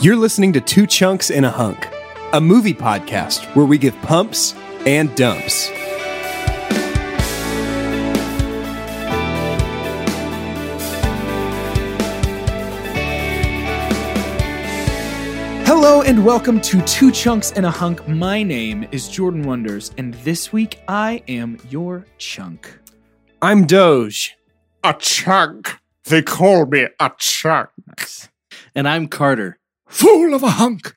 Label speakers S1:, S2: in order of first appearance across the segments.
S1: You're listening to Two Chunks in a Hunk, a movie podcast where we give pumps and dumps.
S2: Hello and welcome to Two Chunks and a Hunk. My name is Jordan Wonders, and this week I am your chunk.
S1: I'm Doge.
S3: A chunk. They call me a chunk.
S2: Nice. And I'm Carter.
S3: Fool of a hunk.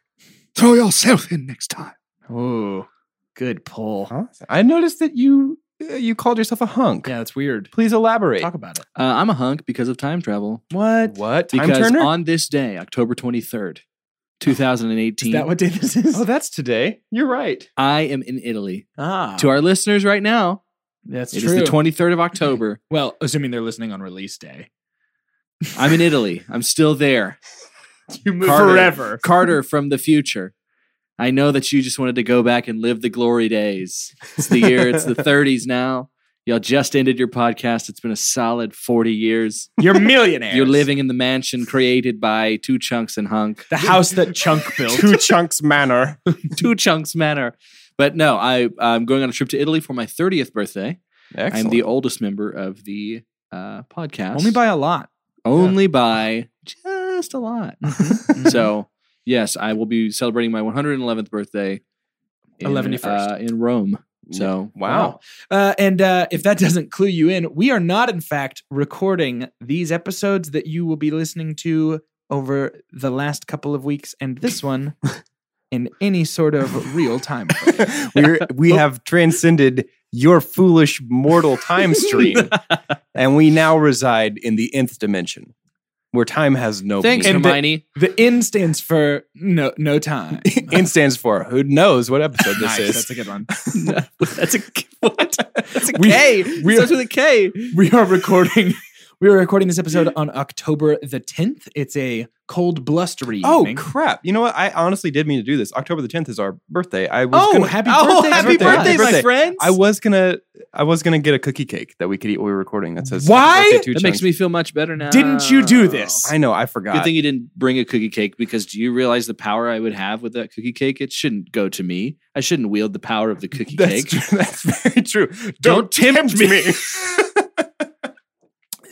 S3: Throw yourself in next time.
S2: Oh, good pull.
S1: I noticed that you uh, you called yourself a hunk.
S2: Yeah, it's weird.
S1: Please elaborate.
S2: Talk about it.
S4: Uh, I'm a hunk because of time travel.
S2: What?
S1: What? Time
S4: Because
S1: Turner?
S4: on this day, October 23rd, 2018,
S2: Is that what day this is?
S1: oh, that's today. You're right.
S4: I am in Italy.
S2: ah,
S4: To our listeners right now,
S2: that's
S4: it is
S2: true.
S4: the 23rd of October.
S2: well, assuming they're listening on release day.
S4: I'm in Italy. I'm still there.
S3: You move
S4: Carter.
S3: forever.
S4: Carter from the future. I know that you just wanted to go back and live the glory days. It's the year, it's the 30s now. Y'all just ended your podcast. It's been a solid 40 years.
S3: You're millionaires.
S4: You're living in the mansion created by Two Chunks and Hunk.
S2: The house that Chunk built.
S1: Two Chunks Manor.
S4: two chunks manner. But no, I I'm going on a trip to Italy for my 30th birthday.
S1: Excellent.
S4: I'm the oldest member of the uh, podcast.
S2: Only by a lot.
S4: only by just a lot.
S2: Mm-hmm.
S4: so yes, I will be celebrating my 111th birthday. In,
S2: 111st.
S4: uh, in Rome. So
S1: wow.
S2: Uh, and uh, if that doesn't clue you in, we are not, in fact, recording these episodes that you will be listening to over the last couple of weeks and this one in any sort of real time. frame.
S1: We're, we have transcended your foolish mortal time stream, and we now reside in the nth dimension, where time has no.
S4: thanks,
S1: meaning.
S2: And the-
S4: Hermione.
S2: the N stands for no no time.
S1: N stands for who knows what episode this
S2: Nice,
S1: is.
S2: that's a good one.
S4: That's a what? That's a
S2: We-
S4: K.
S2: we-
S4: Starts with a K.
S2: We are recording. We are recording this episode on October the 10th. It's a cold, blustery
S1: Oh
S2: evening.
S1: crap! You know what? I honestly did mean to do this. October the tenth is our birthday. I was
S2: Oh,
S1: gonna,
S2: happy
S1: Oh,
S2: birthday,
S1: happy
S2: birthday,
S1: birthday,
S2: my
S1: birthday.
S4: friends.
S1: I was gonna, I was gonna get a cookie cake that we could eat while we were recording. That says
S2: Why?
S1: happy birthday, two
S4: that makes
S1: chunks.
S4: me feel much better now.
S2: Didn't you do this?
S1: Oh, I know. I forgot.
S4: Good thing you didn't bring a cookie cake because do you realize the power I would have with that cookie cake? It shouldn't go to me. I shouldn't wield the power of the cookie
S1: that's
S4: cake.
S1: true. That's very true. Don't,
S4: Don't
S1: tempt me.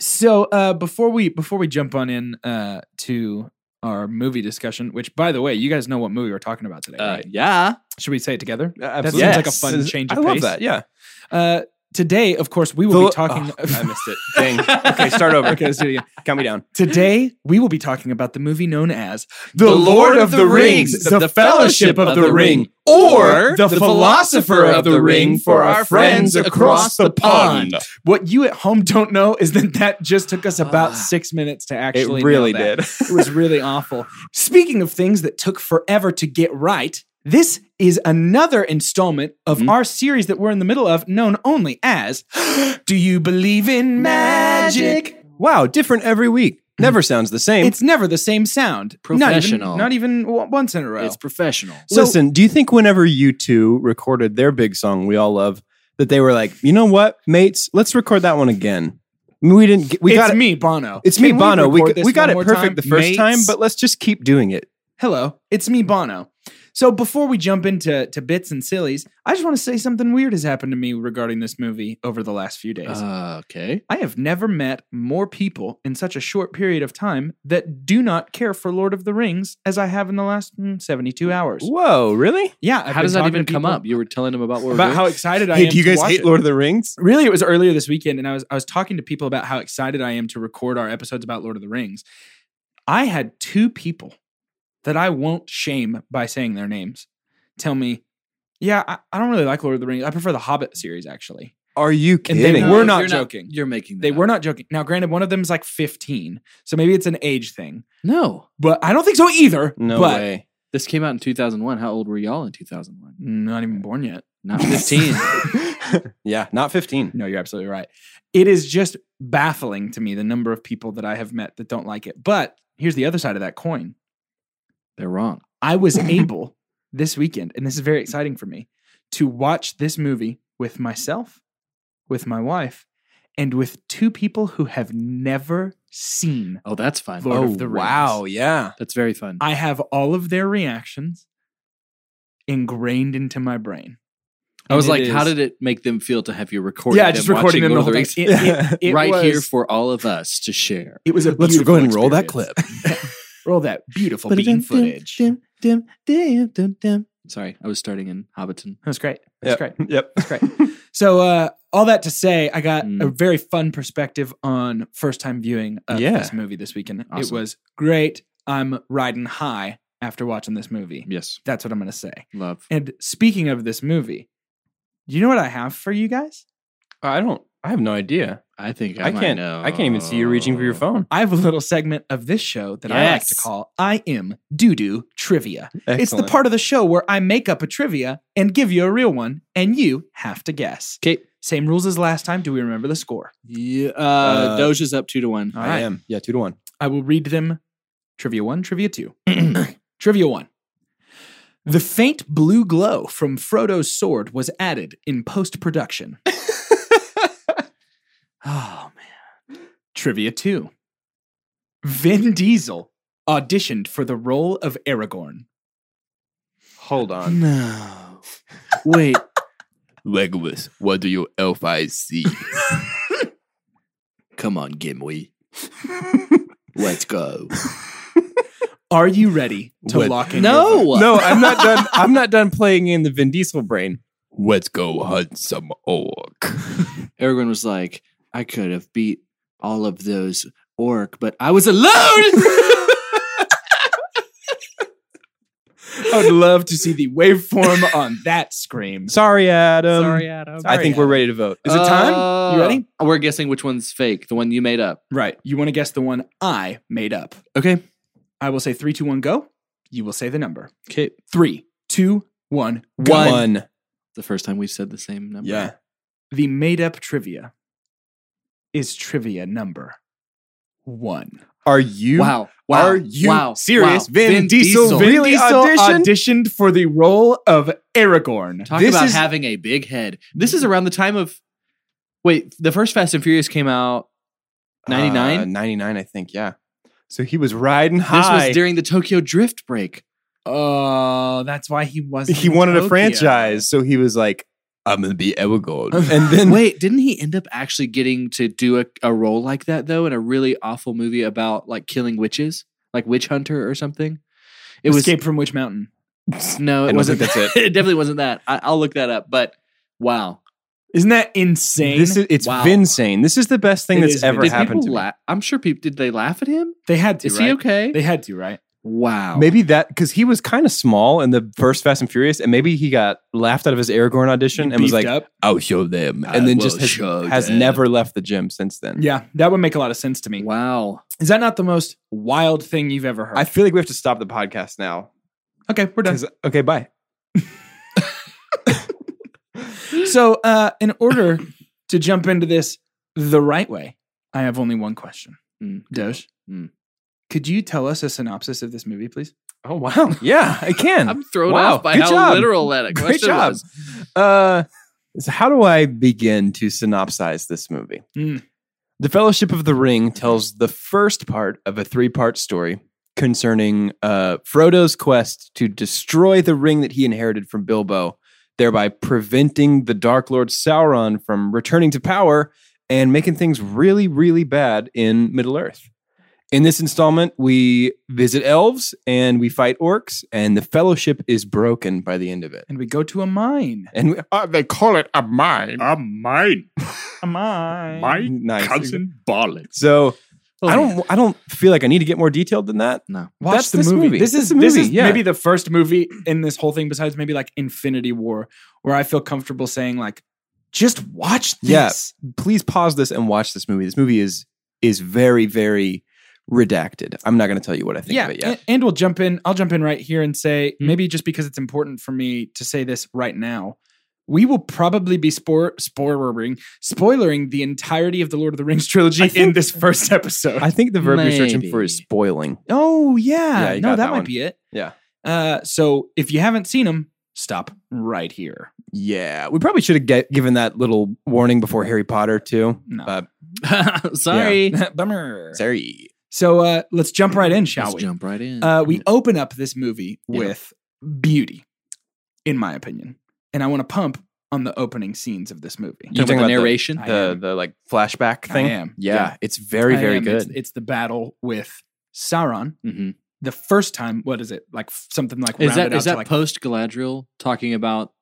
S2: So uh, before we before we jump on in uh, to our movie discussion, which by the way, you guys know what movie we're talking about today,
S4: Uh,
S2: right?
S4: yeah.
S2: Should we say it together?
S1: That
S2: seems like a fun change of
S1: I
S2: pace.
S1: love that. Yeah.
S2: Uh, today, of course, we will
S1: The-
S2: be talking.
S1: oh, I missed it. Dang. Okay, start over.
S2: okay, let's do it again.
S1: Count me down.
S2: Today, we will be talking about the movie known as
S1: The
S4: Lord of the Rings, the Fellowship of the Ring, or
S2: The Philosopher of the Ring for our friends
S4: across the pond.
S2: What you at home don't know is that that just took us about
S4: Ah.
S2: six minutes to
S1: It
S2: actually.
S1: really
S2: nail that.
S1: did.
S2: It was really awful. Speaking of things that took forever to get right, this is another installment of
S4: Mhm.
S2: our series that we're in the middle of, known only as Do You Believe in Magic?
S1: Wow, different every week. Never sounds the same.
S2: It's never the same sound.
S4: Professional.
S2: Not even, not even o- once in a row.
S4: It's professional.
S2: So-
S1: Listen, do you think whenever you two recorded their big song, We All Love, that they were like, you know what, mates, let's record that one again? I mean, we didn't, get, we
S2: it's
S1: got it.
S2: me, Bono.
S1: It's
S2: Can
S1: me,
S2: we
S1: Bono. We,
S2: record
S1: g-
S2: this
S1: we got
S2: one
S1: it
S2: more
S1: perfect
S2: time?
S1: the first
S2: Mates?
S1: time, but let's just keep doing it.
S2: Hello, it's me, Bono. So before we jump into to bits and sillies, I just want to say something weird has happened to me regarding this movie over the last few days.
S4: Uh, okay.
S2: I have never met more people in such a short period of time that do not care for Lord of the Rings as I have in the last mm, 72 hours.
S1: Whoa, really?
S2: Yeah. I've
S4: How
S2: been
S4: does that
S2: talking to
S4: even come
S2: people
S4: up? You were telling him about what we're
S2: About
S4: doing?
S2: how excited I
S1: Hey,
S2: am.
S1: do you
S2: to
S1: guys
S2: watch
S1: hate
S2: it.
S1: Lord of the Rings?
S2: Really, it was earlier this weekend, and I was I was talking to people about how excited I am to record our episodes about Lord of the Rings. I had two people that I won't shame by saying their names tell me, "Yeah, I, I don't really like Lord of the Rings. I prefer the Hobbit series, actually."
S1: Are you
S2: And
S1: kidding?
S2: they
S4: No,
S2: were
S4: you're
S2: not joking.
S4: You're making. That
S2: They
S4: up.
S2: were not joking. Now, granted, one of them is like 15, so maybe it's an age thing.
S4: No,
S2: But I don't think so either.
S1: no
S2: but
S1: way.
S4: this came out in 2001. How old were y'all in 2001?
S2: Not even born yet.
S4: Not 15.
S1: yeah, not 15.
S2: No, you're absolutely right. It is just baffling to me the number of people that I have met that don't like it. But here's the other side of that coin.
S4: They're wrong.
S2: I was able this weekend, and this is very exciting for me, to watch this movie with myself, with my wife, and with two people who have never seen.
S4: Oh, that's fun.
S2: Lord of the Rings.
S1: wow, yeah.
S4: That's very fun.
S2: I have all of their reactions ingrained into my brain.
S4: I was
S2: And
S4: like,
S2: it
S4: how
S2: is-
S4: did it make them feel to have you recording?
S2: yeah, just
S4: them watching
S2: recording them
S4: Lord
S2: the
S4: of
S2: whole time.
S4: Rings?
S2: It, it, it
S4: right
S2: was,
S4: here for all of us to share.
S2: It was a
S1: Let's
S2: beautiful
S1: go ahead and roll that
S2: experience.
S1: clip.
S2: roll that beautiful beaten footage. That
S4: Sorry, I was starting in Hobbiton.
S2: was great. That's
S1: Yep.
S2: great.
S1: Yep.
S2: That's great. So, uh, all that to say, I got
S4: Mm.
S2: a very fun perspective on first time viewing of
S1: Yeah.
S2: this movie this weekend. It
S4: Awesome.
S2: was great. I'm riding high after watching this movie.
S4: Yes,
S2: That's what I'm going to say.
S4: love.
S2: And speaking of this movie, do you know what I have for you guys?
S1: I don't. I have no idea.
S4: I think I,
S1: I,
S4: might
S1: can't.
S4: know.
S1: I can't even see you reaching for your phone.
S2: I have a little segment of this show that I like to
S4: Yes.
S2: call I Am Doo Doo Trivia. It's the
S1: Excellent.
S2: part of the show where I make up a trivia and give you a real one, and you have to guess.
S4: 'Kay.
S2: Same rules as last time. Do we remember the score?
S4: Yeah, uh,
S1: Uh,
S4: Doja's up two to one.
S2: All
S1: I
S2: right.
S1: am. Yeah, two to one.
S2: I will read them trivia one, trivia two. trivia one. The faint blue glow from Frodo's sword was added in post production. oh, man. Trivia two. Vin Diesel auditioned for the role of Aragorn.
S1: Hold on. Oh.
S4: No, wait.
S5: Legolas, what do you elf eyes see?
S4: Come on, Gimli. Let's go.
S2: Are you ready to
S5: What?
S2: lock in? your vote?
S4: No,
S1: no, I'm not done. I'm not done playing in the Vin Diesel brain.
S5: Let's go hunt some orc.
S4: Aragorn was like, I could have beat all of those orc, but I was alone.
S2: I would love to see the waveform on that scream.
S1: Sorry, Adam.
S4: Adam.
S1: um, I think we're ready to vote. Is it time?
S2: You ready?
S4: Uh, We're guessing which one's fake, the one you made up.
S2: Right. You want to guess the one I made up.
S4: Okay.
S2: I will say three, two, one, go. You will say the number.
S4: Okay.
S2: Three, two, one.
S4: One. The first time we've said the same number.
S1: Yeah.
S2: The made up trivia is trivia number one.
S1: Are you? uh,
S4: Wow. Wow.
S1: Are you
S4: wow.
S1: serious?
S4: Wow.
S1: Vin, Diesel, really auditioned?
S2: auditioned for the role of Aragorn.
S4: Talk
S1: This
S4: about
S1: is-
S4: having a big head. This is around the time of. Wait, the first Fast and Furious came out. 99?
S1: Uh, 99, I think. Yeah. So he was riding
S4: This
S1: high.
S4: was during the Tokyo Drift break.
S2: Oh, that's why he wasn't.
S1: he
S2: in
S1: wanted a
S2: Tokyo.
S1: franchise, so he was like,
S5: I'm gonna be Elgold.
S1: and then
S4: Wait, didn't he end up actually getting to do a, a role like that though in a really awful movie about like killing witches, like Witch Hunter or something? It was
S2: Escape from Witch Mountain.
S4: no,
S1: I
S4: it
S1: don't
S4: wasn't.
S1: think
S4: That's
S1: that's
S4: it. it definitely wasn't that. I, I'll look that up. But wow,
S2: Isn't that insane?
S1: this is it's
S4: Wow.
S1: Vinsane. This is the best thing
S2: It
S1: that's
S2: is
S1: ever
S4: did
S2: Vinsane.
S1: happened
S4: people
S1: to me.
S4: laugh? I'm sure people did. They laugh at him.
S2: they had to,
S4: Is
S2: right?
S4: he okay?
S2: They had to, right?
S4: wow,
S1: Maybe that because he was kind of small in the first Fast and Furious, and maybe he got laughed out of his Aragorn audition and was
S2: Beefed
S1: like,
S2: up.
S5: I'll show them.
S1: and then just has,
S5: show
S1: has
S5: them.
S1: never left the gym since then.
S2: Yeah, that would make a lot of sense to me.
S4: wow.
S2: Is that not the most wild thing you've ever heard?
S1: I feel like we have to stop the podcast now.
S2: okay, we're done.
S1: 'Cause- Okay, bye.
S2: So, uh, in order to jump into this the right way, I have only one question.
S1: Hmm.
S4: Mm.
S2: Doge,
S4: Mm.
S2: could you tell us a synopsis of this movie, please?
S1: Oh wow. Yeah, I can.
S4: I'm thrown
S1: Wow,
S4: off by
S1: good
S4: how
S1: job.
S4: literal that question
S1: Great job.
S4: was.
S1: Uh, so how do I begin to synopsize this movie?
S2: Mm.
S1: The Fellowship of the Ring tells the first part of a three part story concerning uh, Frodo's quest to destroy the ring that he inherited from Bilbo, thereby preventing the Dark Lord Sauron from returning to power and making things really, really bad in Middle Earth. In this installment, we visit elves and we fight orcs, and the fellowship is broken by the end of it.
S2: And we go to a mine.
S1: And we,
S5: Uh, they call it a mine.
S3: I'm mine.
S2: A mine.
S1: nice.
S5: Bollock.
S1: So
S4: Oh,
S1: I don't. I don't feel like I need to get more detailed than that.
S4: No.
S2: Watch
S1: That's
S2: the
S1: this
S2: movie.
S1: movie.
S2: This
S1: That's
S2: is
S1: the
S2: this
S1: movie,
S2: is
S1: yeah.
S2: maybe the first movie in this whole thing, besides maybe like Infinity War, where I feel comfortable saying like Just watch this.
S1: Yeah. Please pause this and watch this movie. This movie is is very very redacted. I'm not going to tell you what I think
S2: yeah,
S1: of it
S2: a-
S1: yet.
S2: And, we'll jump in. I'll jump in right here and say
S4: Hmm.
S2: maybe just because it's important for me to say this right now, we will probably be spor- spoilering spoilering the entirety of the Lord of the Rings trilogy
S1: I
S2: in
S1: think-
S2: this first episode.
S1: I think the verb you're searching for is
S4: Maybe.
S1: spoiling.
S2: oh yeah,
S1: Yeah, you
S2: no,
S1: got
S2: that,
S1: that
S2: might
S1: one.
S2: be it.
S1: Yeah.
S2: Uh, so if you haven't seen them, stop right here.
S1: Yeah, we probably should have get, given that little warning before Harry Potter too.
S2: No.
S1: Uh,
S4: Sorry.
S2: Bummer.
S1: sorry.
S2: So uh, let's jump right in, shall
S4: Let's
S2: we?
S4: jump right in.
S2: Uh, we open up this movie
S4: Yeah.
S2: with beauty, in my opinion, and I want to pump on the opening scenes of this movie.
S4: you
S1: talking
S4: talking about
S1: about
S4: the narration?
S2: I
S1: The
S2: am.
S1: the like flashback thing.
S2: I am.
S1: Yeah, it's very
S2: I
S1: very
S2: am.
S1: good.
S2: It's, it's the battle with Sauron.
S4: Mhm.
S2: The first time, what is it like? f- Something like
S4: Is that
S2: rounded
S4: is
S2: out
S4: that
S2: to like?
S4: post Galadriel talking about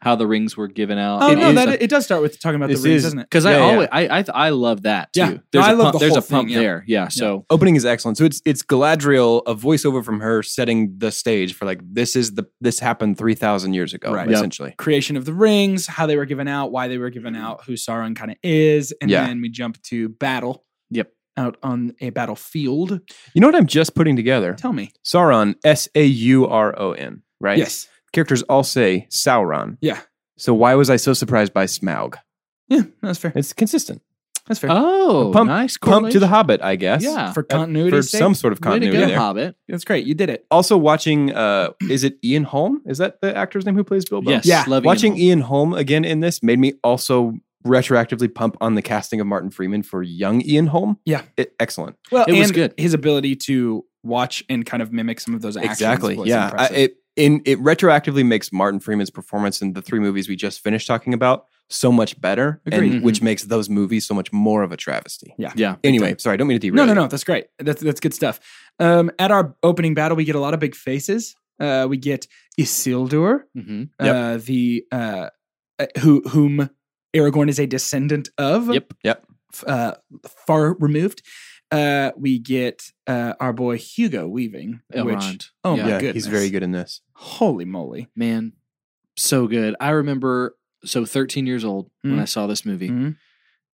S4: how the rings were given out?
S2: oh
S1: it
S2: no,
S1: is
S2: that it does start with talking about the
S1: This
S2: rings,
S1: is-
S2: doesn't it?
S4: because I
S1: Yeah, yeah.
S4: always I, I I love that too.
S2: Yeah. No,
S4: There's a
S2: I love
S4: pump,
S2: the
S4: there's
S2: whole
S4: a pump
S2: thing, yeah.
S4: there. Yeah. So
S1: Opening is excellent. So it's it's Galadriel, a voiceover from her setting the stage for like this is the this happened three thousand years ago,
S2: Right.
S4: Yep.
S1: essentially.
S2: Creation of the rings, how they were given out, why they were given out, who Sauron kind of is, and
S1: Yeah.
S2: then we jump to battle.
S4: Yep.
S2: Out on a battlefield.
S1: You know what I'm just putting together?
S2: Tell me.
S1: Sauron, S A U R O N, right?
S2: Yes.
S1: Characters all say Sauron.
S2: Yeah.
S1: So why was I so surprised by Smaug?
S2: Yeah, that's fair.
S1: It's consistent.
S2: That's fair.
S4: oh,
S1: pump-
S4: nice
S1: Pump to the
S4: correlation.
S1: Hobbit, I guess.
S4: Yeah.
S2: for
S1: Uh,
S2: continuity,
S1: For some sort of
S4: Way to
S1: continuity
S4: go,
S1: there.
S4: Hobbit.
S2: That's great. You did it.
S1: Also watching uh is it Ian Holm? Is that the actor's name who plays Bilbo?
S4: Yes.
S2: Yeah,
S4: love Ian
S1: Watching
S4: Holm.
S1: Ian Holm again in this made me also retroactively pump on the casting of Martin Freeman for young Ian Holm.
S2: Yeah.
S1: I- excellent.
S2: Well,
S4: It was
S2: and
S4: good.
S2: His ability to watch and kind of mimic some of those actions. was
S1: Yeah. I,
S2: impressive.
S1: it in it retroactively makes Martin Freeman's performance in the three movies we just finished talking about so much better, and
S2: Agreed.
S1: which makes those movies so much more of a travesty.
S4: Yeah.
S1: Anyway, sorry, I don't mean to
S2: no,
S1: derail.
S2: no,
S1: you.
S2: no. That's great. That's that's good stuff. Um, at our opening battle, we get a lot of big faces. Uh, we get Isildur,
S4: hmm
S2: uh, the uh, uh, who whom Aragorn is a descendant of.
S4: Yep.
S1: Yep.
S2: f- Uh, far removed. Uh, we get uh, our boy Hugo Weaving, which
S4: Elrond.
S2: oh my
S1: Yeah,
S2: goodness,
S1: he's very good in this.
S2: Holy moly!
S4: man, so good. I remember so 13 years old when
S2: Mm.
S4: I saw this movie,
S2: Mhm.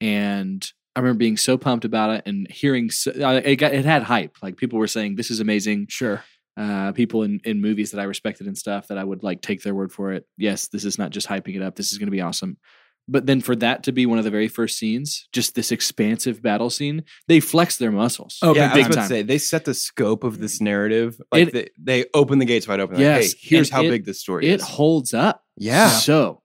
S4: and I remember being so pumped about it and hearing so, I- it. Got, it had hype. Like people were saying, "This is amazing."
S2: Sure.
S4: Uh, people in in movies that I respected and stuff that I would like take their word for it. Yes, this is not just hyping it up. This is going to be awesome. But then for that to be one of the very first scenes, just this expansive battle scene, they flex their muscles.
S2: Oh,
S1: yeah, I
S2: big
S1: was about
S4: time.
S1: to say they set the scope of this narrative. Like
S4: It-
S1: they, they open the gates wide open. Like,
S4: Yes,
S1: hey, here's
S4: and
S1: how
S4: it-
S1: big this story
S4: it
S1: is.
S4: holds up
S1: yeah,
S4: so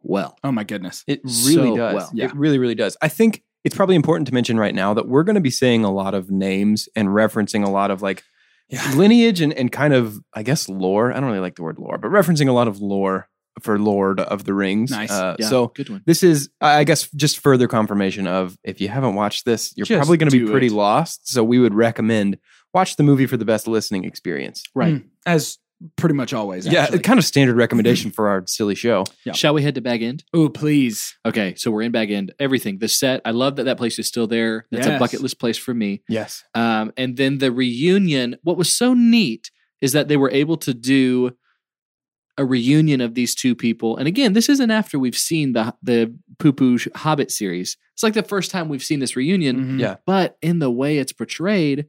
S4: well.
S2: Oh my goodness.
S1: It really
S4: so
S1: does.
S4: well.
S2: Yeah.
S1: It really, really does. I think it's probably important to mention right now that we're going to be saying a lot of names and referencing a lot of like
S2: Yeah.
S1: lineage and, and kind of, I guess, lore. I don't really like the word lore, but referencing a lot of lore for Lord of the Rings.
S2: Nice.
S1: Uh,
S4: Yeah,
S1: So
S4: good one.
S1: this is, I I guess, just further confirmation of if you haven't watched this, you're
S2: Just
S1: probably going to be
S2: do
S1: pretty
S2: it.
S1: lost. So we would recommend watch the movie for the best listening experience.
S4: Right.
S2: Mm. As pretty much always.
S1: Yeah,
S2: actually.
S1: kind of standard recommendation for our silly show.
S2: Yeah.
S4: Shall we head to Bag End?
S2: Oh, please.
S4: Okay, so we're in Bag End. Everything, the set. I love that that place is still there. That's
S2: Yes.
S4: a bucket list place for me.
S1: Yes.
S4: Um, and then the reunion. What was so neat is that they were able to do a reunion of these two people. And again, this isn't after we've seen the the Poo Poo Sh- Hobbit series. It's like the first time we've seen this reunion.
S2: Mhm.
S1: Yeah.
S4: But in the way it's portrayed,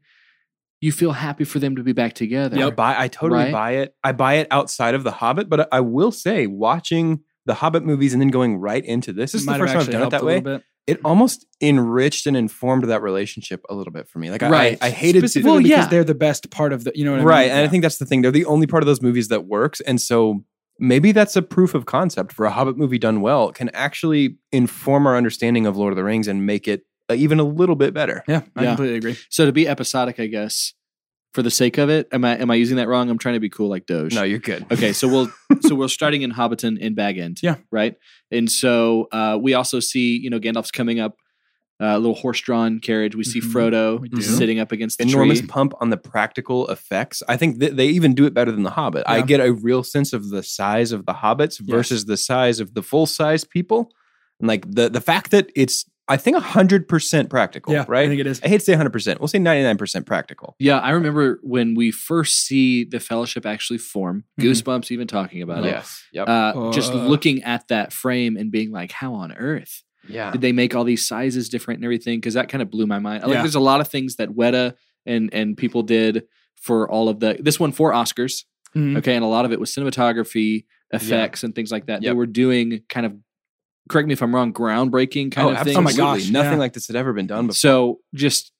S4: you feel happy for them to be back together.
S1: I buy. I totally
S4: Right?
S1: buy it. I buy it outside of The Hobbit, but I, I will say, watching the Hobbit movies and then going right into this, this is
S2: Might
S1: the
S2: have
S1: first time I've
S2: actually
S1: done it
S2: helped
S1: that
S2: a
S1: way.
S2: little bit.
S1: It almost enriched and informed that relationship a little bit for me. Like, I-
S4: Right.
S1: I, I hated to.
S4: Well,
S2: Specifically because
S4: yeah.
S2: they're the best part of the, you know what I mean?
S1: right, and I
S2: Yeah.
S1: think that's the thing. They're the only part of those movies that works, and so maybe that's a proof of concept for a Hobbit movie done well can actually inform our understanding of Lord of the Rings and make it uh, even a little bit better.
S2: Yeah, I
S4: Yeah.
S2: completely agree.
S4: So to be episodic, I guess, for the sake of it, am I am I using that wrong? I'm trying to be cool like Doge.
S1: No, you're good.
S4: Okay, so we'll so we're starting in Hobbiton in Bag End.
S2: Yeah.
S4: Right. And so uh, we also see, you know, Gandalf's coming up, uh, a little horse drawn carriage. We see
S2: Mhm.
S4: Frodo
S2: We do.
S4: sitting up against the
S1: enormous
S4: tree.
S1: pump on the practical effects. I think th- they even do it better than the Hobbit. I
S2: Yeah.
S1: get a real sense of the size of the hobbits versus the size of the full size people, and like the the fact that it's I think 100% practical, right?
S2: I think it is.
S1: I hate to say 100%. We'll say 99% practical.
S4: Yeah, I remember when we first see the fellowship actually form,
S2: Mhm.
S4: goosebumps even talking about it.
S1: Yes. Yep.
S4: Uh, just
S2: Uh.
S4: looking at that frame and being like, how on earth
S1: yeah.
S4: did they make all these sizes different and everything? Because that kind of blew my mind. Like,
S2: Yeah.
S4: there's a lot of things that Weta and and people did for all of the this one for Oscars.
S2: Mhm.
S4: Okay, and a lot of it was cinematography, effects, and things like that. They
S1: Yep.
S4: were doing kind of, correct me if I'm wrong, groundbreaking kind
S1: oh,
S4: of
S1: absolutely.
S4: things.
S2: Oh my gosh,
S1: Nothing
S2: yeah.
S1: like this had ever been done before.
S4: So just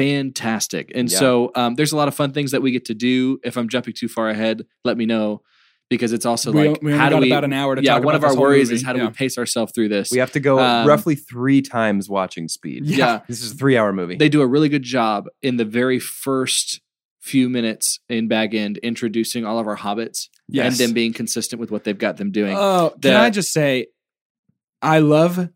S4: fantastic. And
S1: Yeah.
S4: so um, there's a lot of fun things that we get to do. If I'm jumping too far ahead, let me know because it's also
S2: we,
S4: like
S2: we only
S4: how do
S2: got
S4: we?
S2: about an hour to
S4: yeah,
S2: talk
S4: one of
S2: about this
S4: our
S2: whole
S4: worries
S2: movie.
S4: is how do
S2: Yeah.
S4: we pace ourselves through this?
S1: we have to go
S4: Um,
S1: roughly three times watching speed.
S4: yeah.
S1: This is a three hour movie.
S4: they do a really good job in the very first few minutes in back end introducing all of our hobbits
S2: Yes.
S4: and them being consistent with what they've got them doing.
S2: Oh, can
S4: that-
S2: I just say, I love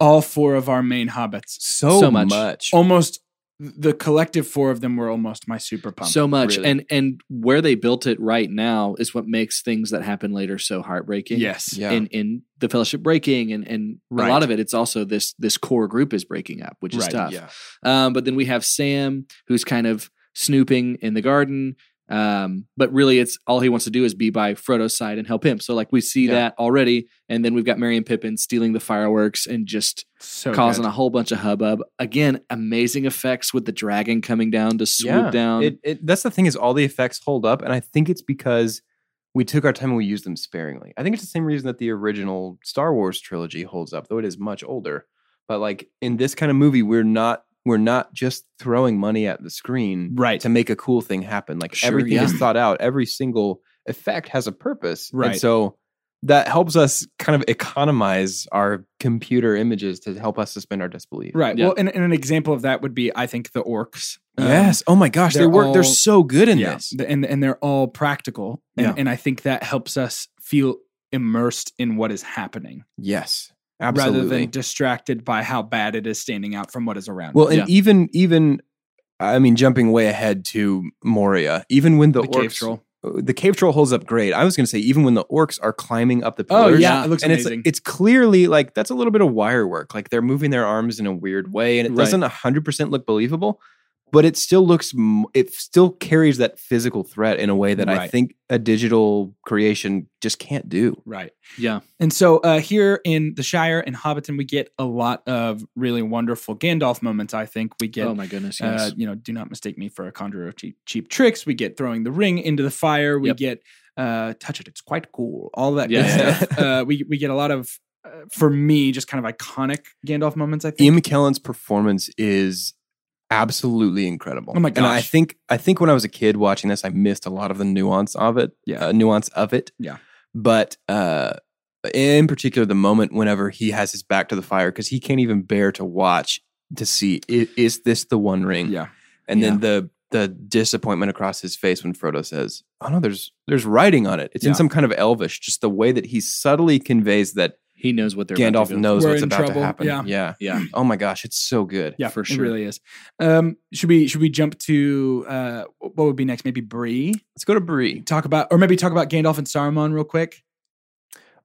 S2: all four of our main hobbits.
S1: so,
S4: so much.
S1: much.
S2: Almost the collective four of them were almost my super pump.
S4: so much
S1: really.
S4: and and where they built it right now is what makes things that happen later so heartbreaking.
S2: yes,
S1: Yeah.
S4: in in the fellowship breaking and and a
S2: Right.
S4: lot of it it's also this this core group is breaking up which is
S2: Right,
S4: tough
S1: yeah.
S4: um but then we have sam who's kind of snooping in the garden um but really it's all he wants to do is be by frodo's side and help him so like we see
S1: Yeah.
S4: that already and then we've got mary and pippin stealing the fireworks and just
S2: so
S4: causing
S2: good.
S4: a whole bunch of hubbub again amazing effects with the dragon coming down to swoop
S1: Yeah.
S4: down
S1: It, it, that's the thing is all the effects hold up, and I think it's because we took our time and we used them sparingly. I think it's the same reason that the original Star Wars trilogy holds up, though it is much older. But like in this kind of movie, we're not we're not just throwing money at the screen
S2: right.
S1: to make a cool thing happen. Like
S4: Sure,
S1: everything
S4: yeah.
S1: is thought out. Every single effect has a purpose, And
S2: Right.
S1: so that helps us kind of economize our computer images to help us suspend our disbelief.
S2: Right.
S4: Yeah.
S2: Well, and, and an example of that would be, I think, the orcs. Um,
S1: Yes. oh my gosh, they
S2: they're
S1: were they're
S2: all-
S1: so good in
S2: yeah,
S1: this.
S2: the- and and they're all practical, and,
S1: Yeah.
S2: and I think that helps us feel immersed in what is happening
S1: Yes.
S2: rather than distracted by how bad it is standing out from what is around.
S1: well,
S2: us.
S1: and e-,
S4: Yeah.
S1: even even I mean jumping way ahead to Moria, even when the,
S2: the
S1: orcs uh,
S2: cave troll.
S1: the cave troll holds up great. I was going to say even when the orcs are climbing up the
S2: Oh
S1: pillars,
S2: yeah, it looks
S1: and it's
S2: amazing.
S1: it's clearly like that's a little bit of wire work. Like they're moving their arms in a weird way, and it
S4: Right.
S1: doesn't hundred percent look believable, but it still looks m- it still carries that physical threat in a way that I
S2: Right.
S1: think a digital creation just can't do.
S2: right.
S4: yeah
S2: And so uh, here in the Shire in Hobbiton, we get a lot of really wonderful Gandalf moments. I think we get,
S4: oh my goodness yes
S2: uh, you know, do not mistake me for a conjurer of cheap, cheap tricks. We get throwing the ring into the fire. We
S4: Yep.
S2: get uh, touch it; it's quite cool. All that
S4: Yeah.
S2: good stuff. uh, we we get a lot of, uh, for me, just kind of iconic Gandalf moments. I think.
S1: Ian McKellen's performance is absolutely incredible.
S2: Oh my
S1: And I
S2: gosh.
S1: think I think when I was a kid watching this, I missed a lot of the nuance of it.
S2: Yeah.
S1: uh, nuance of it.
S2: Yeah.
S1: but uh, in particular, the moment whenever he has his back to the fire because he can't even bear to watch to see is, is this the One Ring?
S2: yeah,
S1: and then the the disappointment across his face when Frodo says, "Oh no, there's there's writing on it. It's in
S2: Yeah.
S1: some kind of Elvish." Just the way that he subtly conveys that
S4: he knows what they're about
S1: Gandalf
S4: to go
S1: knows
S2: We're
S1: what's
S2: in
S1: about
S2: trouble.
S1: to happen.
S2: Yeah.
S1: yeah.
S4: yeah
S1: Oh my gosh, it's so good.
S2: yeah,
S4: For
S2: It
S4: sure.
S2: really is. Um, should we should we jump to uh, what would be next? Maybe Bree
S1: Let's go to Bree.
S2: talk about, or maybe talk about Gandalf and Saruman real quick.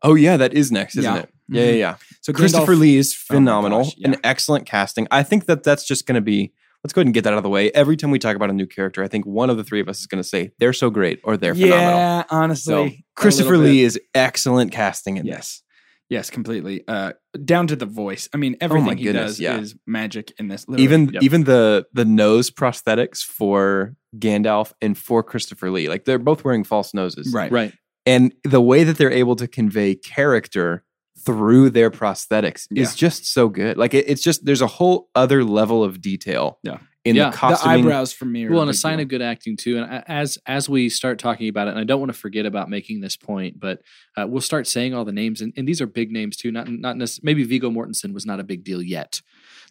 S1: Oh yeah, that is next, isn't
S2: Yeah.
S1: it? Yeah, yeah, yeah.
S2: So
S1: Christopher
S2: Gandalf-
S1: Lee is
S2: Oh my
S1: phenomenal.
S2: gosh, yeah.
S1: An excellent casting. I think that that's just going to be. Let's go ahead and get that out of the way. Every time we talk about a new character, I think one of the three of us is going to say they're so great or they're phenomenal.
S2: yeah,
S1: So
S2: honestly, a
S1: Christopher
S2: little bit.
S1: Lee is excellent casting in this.
S2: Yes. Yes, completely. Uh, down to the voice. I mean, everything he
S1: goodness,
S2: does
S1: yeah.
S2: is magic in this. literally.
S1: Even
S4: Yep.
S1: even the the nose prosthetics for Gandalf and for Christopher Lee, like they're both wearing false noses,
S2: right,
S4: right
S1: and the way that they're able to convey character through their prosthetics
S2: Yeah.
S1: is just so good. Like it, it's just there's a whole other level of detail.
S2: Yeah.
S1: In
S4: Yeah.
S1: the
S4: The
S2: the
S1: costuming.
S2: eyebrows for me. Are
S4: well and a
S2: big
S4: sign
S2: deal.
S4: of good acting too and a- as as we start talking about it and i don't want to forget about making this point but uh, we'll start saying all the names and, and these are big names too not not necess- maybe vigo mortensen was not a big deal yet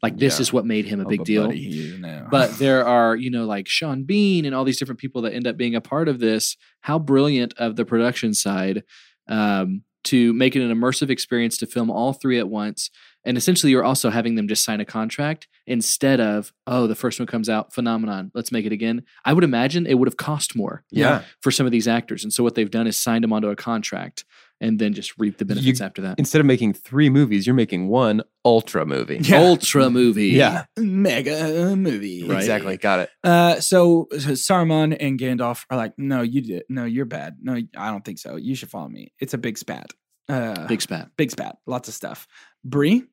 S4: like this
S1: Yeah.
S4: is what made him a
S2: Oh,
S4: big
S2: but
S4: deal
S2: buddy, he is now.
S4: but there are you know like sean bean and all these different people that end up being a part of this how brilliant of the production side um, to make it an immersive experience to film all three at once and essentially you're also having them just sign a contract instead of oh the first one comes out phenomenon let's make it again i would imagine it would have cost more
S1: Yeah.
S4: for some of these actors and so what they've done is signed them onto a contract and then just reap the benefits after that.
S1: Instead of making three movies, you're making one ultra movie.
S2: Yeah.
S4: Ultra movie.
S1: Yeah.
S2: Mega movie.
S4: Right.
S1: Exactly. Got it.
S2: Uh, so, so Saruman and Gandalf are like, no, you did. No, you're bad. No, I don't think so. You should follow me. It's a big spat. Uh,
S4: Big spat.
S2: big spat. Lots of stuff. Bree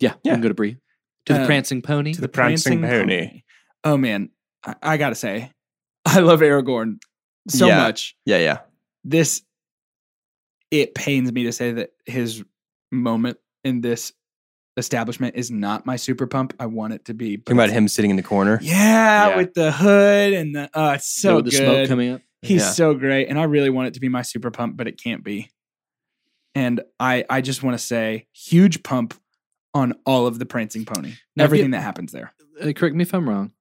S4: Yeah.
S1: Yeah.
S4: You can go to Bree. To the
S2: Uh,
S4: prancing pony.
S2: to
S3: the prancing pony.
S2: Oh man, I, I gotta say, I love Aragorn so
S1: Yeah.
S2: much.
S1: Yeah, yeah.
S2: This it pains me to say that his moment in this establishment is not my super pump. I want it to be. but
S1: Talking about
S2: it's-
S1: him sitting in the corner.
S2: Yeah,
S1: Yeah.
S2: with the hood and the oh, it's so
S4: with the
S2: good.
S4: smoke coming up.
S2: He's
S1: Yeah.
S2: so great, and I really want it to be my super pump, but it can't be. And I, I just want to say, huge pump on all of the prancing pony.
S4: Now, if
S2: Everything
S4: you-
S2: that happens there.
S4: Uh, correct me if I'm wrong.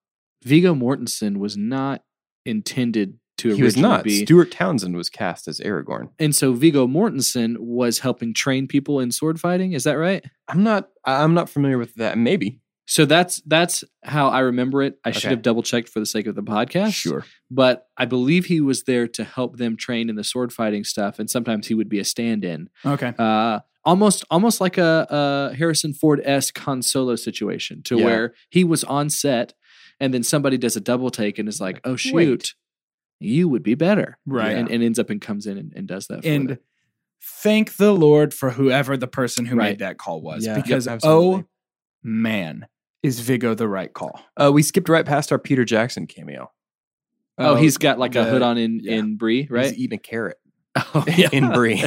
S4: Vigo Mortensen was not intended to
S1: He
S4: originally
S1: was not.
S4: be.
S1: Stuart Townsend was cast as Aragorn.
S4: and so Vigo Mortensen was helping train people in sword fighting. Is that right?
S1: I'm not. I- I'm not familiar with that. Maybe.
S4: So that's that's how I remember it. I should
S1: Okay.
S4: have double checked for the sake of the podcast. But I believe he was there to help them train in the sword fighting stuff, and sometimes he would be a stand-in,
S2: Okay.
S4: uh, almost almost like a, a Harrison Ford esque Han Solo situation, to
S1: Yeah.
S4: where he was on set, and then somebody does a double take and is like, "Oh shoot,
S1: Wait.
S4: you would be better,"
S2: Right.
S4: And, and ends up and comes in and, and does that. For
S2: and
S4: them.
S2: thank the Lord for whoever the person who
S4: Right.
S2: made that call was,
S1: Yeah.
S2: because
S1: Yep, absolutely.
S2: oh man, is Vigo the right call?
S1: Uh, we skipped right past our Peter Jackson cameo.
S4: oh, he's got like a
S1: uh, the-
S4: hood on in
S1: yeah.
S4: in Brie, right?
S1: He's eating a carrot
S4: Oh,
S1: in Brie,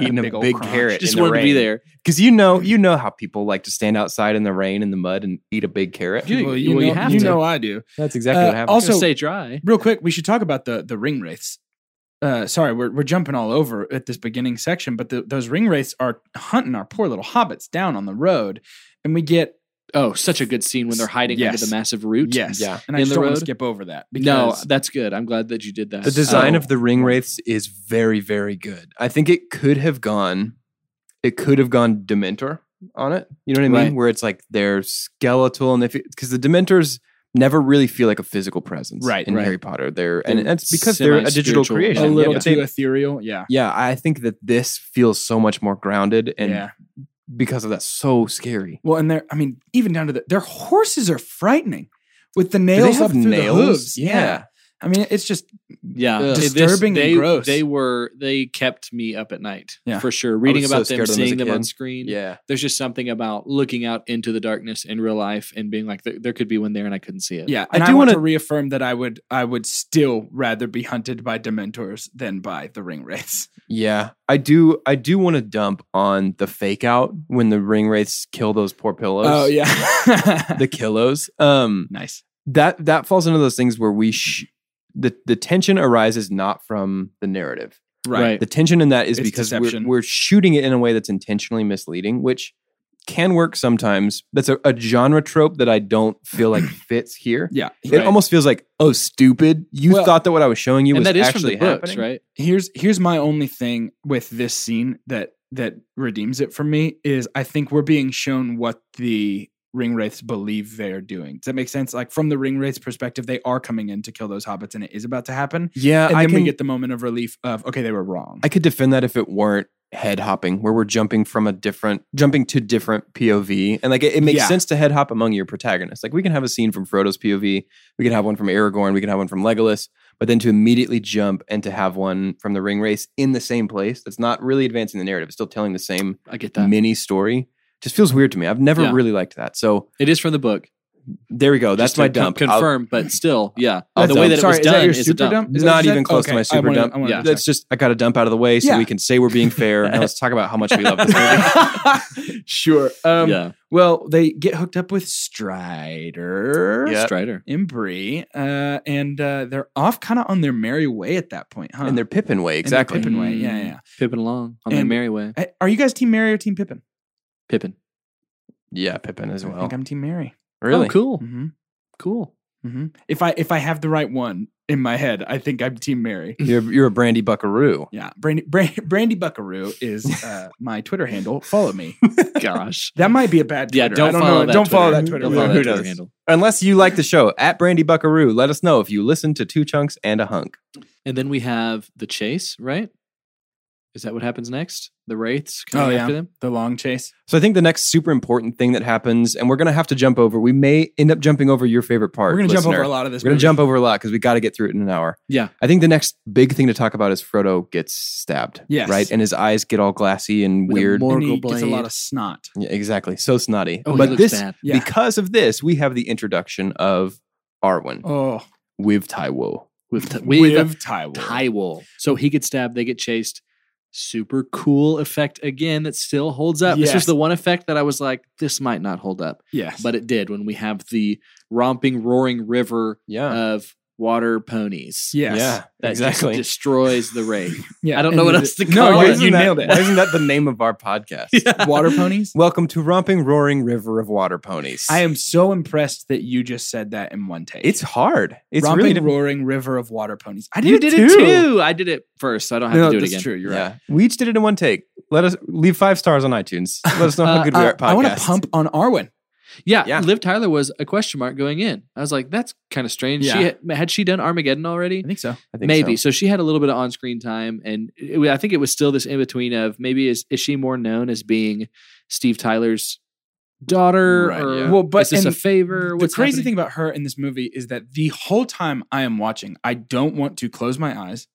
S1: eating a
S2: Big
S1: big,
S2: ol' crunch.
S1: carrot.
S4: Just wanted to be there.
S1: because you know, you know how people like to stand outside in the rain and the mud and eat a big carrot.
S4: You-
S2: well, you,
S4: well,
S2: know,
S4: you
S2: you,
S4: have to.
S2: know I do.
S1: That's exactly
S2: Uh,
S1: what happened.
S2: also-
S4: Also, stay dry.
S2: Real quick, we should talk about the the ring wraiths. Uh, sorry, we're we're jumping all over at this beginning section, but the, those ring wraiths are hunting our poor little hobbits down on the road, and we get
S4: Oh, such a good scene when they're hiding under
S2: Yes.
S4: the massive root.
S2: yes,
S1: Yeah.
S2: and I
S4: In
S2: just
S4: the
S2: don't want
S4: road?
S2: to skip over that
S4: No, uh,
S2: because
S4: that's good. I'm glad that you did that.
S1: the design
S4: Oh,
S1: of the ring wraiths is very, very good. I think it could have gone, it could have gone Dementor on it. You know what I mean?
S4: Right.
S1: Where it's like they're skeletal and they because the Dementors never really feel like a physical presence,
S2: Right,
S1: In
S4: right.
S1: Harry Potter, they're and
S4: They're
S1: that's because they're a digital
S4: semi-spiritual.
S1: creation.
S2: a
S4: Yeah,
S2: little
S1: but
S2: too
S1: they-
S2: ethereal. Yeah,
S1: yeah, I think that this feels so much more grounded and
S2: yeah.
S1: because of that, so scary.
S2: Well, and they're I mean, even down to the their horses are frightening with the
S1: Do
S2: nails up through the hooves.
S1: Yeah.
S2: I mean, it's just
S4: yeah,
S1: Ugh.
S4: This-
S2: Disturbing and
S4: they,
S2: gross.
S4: They were they kept me up at night
S2: Yeah.
S4: for sure. Reading
S1: was
S4: about
S1: so
S4: them,
S1: scared of them as
S4: seeing
S1: a
S4: them on
S1: kid.
S4: screen.
S1: Yeah.
S4: There's just something about looking out into the darkness in real life and being like, there, there could be one there and I couldn't see it.
S2: yeah.
S1: I
S2: And I,
S1: do
S2: want
S1: wanna-
S2: to reaffirm that I would I would still rather be hunted by Dementors than by the ring wraiths.
S1: Yeah. I do I do want to dump on the fake out when the ring wraiths kill those poor pillows.
S2: Oh yeah,
S1: The killos. Um
S2: nice.
S1: that that falls into those things where we sh- the the tension arises not from the narrative.
S4: Right.
S1: The tension in that is
S2: It's
S1: because
S2: deception.
S1: we're, we're shooting it in a way that's intentionally misleading, which can work sometimes. That's a, a genre trope that I don't feel like fits here.
S2: Yeah.
S1: It almost feels like, oh, stupid. You
S2: Well,
S1: thought that what I was showing you
S4: and
S1: was
S4: that is from
S1: actually
S4: the books,
S1: happening.
S4: right?
S2: here's here's my only thing with this scene that that redeems it for me is I think we're being shown what the ring wraiths believe they're doing. Does that make sense? Like from the ring wraiths perspective, they are coming in to kill those hobbits and it is about to happen.
S1: Yeah,
S2: And
S1: I
S2: then
S1: can
S2: we get the moment of relief of okay, they were wrong.
S1: I could defend that if it weren't head hopping, where we're jumping from a different, jumping to different POV, and like it, it makes
S2: Yeah.
S1: sense to head hop among your protagonists. Like we can have a scene from Frodo's POV, we can have one from Aragorn, we can have one from Legolas, but then to immediately jump and to have one from the Ring Race in the same place, that's not really advancing the narrative. It's still telling the same
S4: I get that.
S1: mini story. Just feels weird to me. I've never
S4: Yeah.
S1: really liked that. So
S4: It is from the book.
S1: there we go.
S4: Just
S1: That's
S4: to
S1: my
S4: con-
S1: dump. I'll-
S4: Confirm, but still, yeah.
S1: I'll
S4: Oh, the way
S1: dump.
S4: that
S2: Sorry,
S4: it was
S2: is that
S4: done
S2: your
S4: is
S2: super
S4: a dump.
S2: dump? Is that what
S1: not
S2: you
S1: even
S2: said?
S1: close to
S2: Okay,
S1: my super
S2: I wanted-
S1: dump.
S2: I wanted
S4: Yeah.
S2: to
S1: That's just I got a dump out of the way so
S2: Yeah.
S1: we can say we're being fair. now let's talk about how much we love this movie.
S4: Uh-huh.
S2: check. sure. Um,
S4: yeah,
S2: Well, they get hooked up with Strider.
S1: Yeah.
S4: Strider.
S2: Embry, uh, and uh, they're off kind of on their merry way at that point, huh?
S1: And their Pippin way,
S2: And their
S1: exactly.
S2: Pippin way, yeah,
S4: Mm.
S2: yeah.
S4: Pippin along on their
S2: And-
S4: merry way.
S2: Hey, Eh, Are you guys Team Mary or Team Pippin?
S4: Pippin.
S1: Yeah, Pippin as
S2: I
S1: well.
S2: think I'm Team Mary.
S1: really?
S4: Oh, cool.
S2: hmm
S4: Cool.
S2: hmm If I if I have the right one in my head, I think I'm Team Mary.
S1: You're you're a brandy buckaroo.
S2: Yeah, Brandy Brandy, Brandy Buckaroo is uh, my Twitter handle. Follow me.
S4: Gosh.
S2: That might be a bad. Twitter.
S4: Yeah, don't,
S2: I don't
S4: follow
S2: know.
S4: that
S2: don't
S4: Twitter.
S2: follow that Twitter.
S4: Don't
S1: Yeah,
S4: follow
S1: who
S4: that Twitter
S1: knows?
S4: handle.
S1: Unless you like the show at Brandy Buckaroo, let us know if you listen to two chunks and a hunk.
S4: And then we have the chase, right? Is that what happens next? The wraiths coming
S2: Oh, yeah.
S4: after them.
S2: The long chase.
S1: So I think the next super important thing that happens, and we're gonna have to jump over. We may end up jumping over your favorite part.
S2: We're gonna jump
S1: listener.
S2: over a lot of this.
S1: We're gonna
S2: movie.
S1: jump over a lot because we got to get through it in an hour.
S4: Yeah.
S1: I think the next big thing to talk about is Frodo gets stabbed.
S2: Yes.
S1: right, and his eyes get all glassy and
S4: With a
S1: weird.
S4: mor-
S2: And he
S4: Morgul
S2: gets a
S4: blade.
S2: lot of snot.
S1: Yeah, exactly, so snotty.
S4: Oh,
S1: but
S4: he looks
S1: this,
S4: bad.
S2: Yeah.
S1: because of this, we have the introduction of Arwen
S2: Oh,
S1: with Taiwo.
S4: With t-
S2: with,
S4: with a
S2: Tywin.
S4: tywel. So he gets stabbed. They get chased. Super cool effect again that still holds up. This
S2: Yes.
S4: was the one effect that I was like, this might not hold up,
S2: Yes.
S4: but it did when we have the romping, roaring river
S1: Yeah,
S4: of water ponies.
S2: yes.
S1: yeah,
S4: Uh, That just
S1: exactly.
S4: destroys the raid.
S2: Yeah.
S4: I don't
S2: and
S4: know what
S2: the-
S4: else to
S2: No,
S4: call
S2: Oh, you-
S4: it.
S1: Isn't
S2: you
S1: that-
S2: nailed it.
S1: Why isn't that the name of our podcast?
S2: Water ponies.
S1: Welcome to Romping, Roaring River of Water Ponies.
S2: I am so impressed that you just said that in one take.
S1: It's hard. It's
S2: romping,
S1: really difficult.
S2: roaring river of water ponies. I did
S4: You
S2: it
S4: did
S2: too.
S4: it too. I did it first, so I don't have
S2: No,
S4: to do it
S2: that's
S4: again.
S2: true. You're right.
S1: Yeah, we each did it in one take. Let us leave five stars on iTunes. Let us know how
S4: Uh,
S1: good we
S2: Uh,
S1: are at podcasts.
S2: I want to pump on Arwen.
S4: Yeah,
S1: Yeah.
S4: Liv Tyler was a question mark going in. I was like, that's kind of strange. She
S2: Yeah.
S4: had, had she done Armageddon already?
S2: I think so.
S1: I think
S4: Maybe.
S1: so.
S4: So. she had a little bit of on screen time, and it, wa- I think it was still this in between of maybe is is she more known as being Steve Tyler's daughter?
S1: Right,
S4: or
S1: yeah.
S2: Well, but-
S4: is this a
S2: and
S4: favor?
S2: the
S4: What's
S2: crazy
S4: happening?
S2: thing about her in this movie is that the whole time I am watching, I don't want to close my eyes.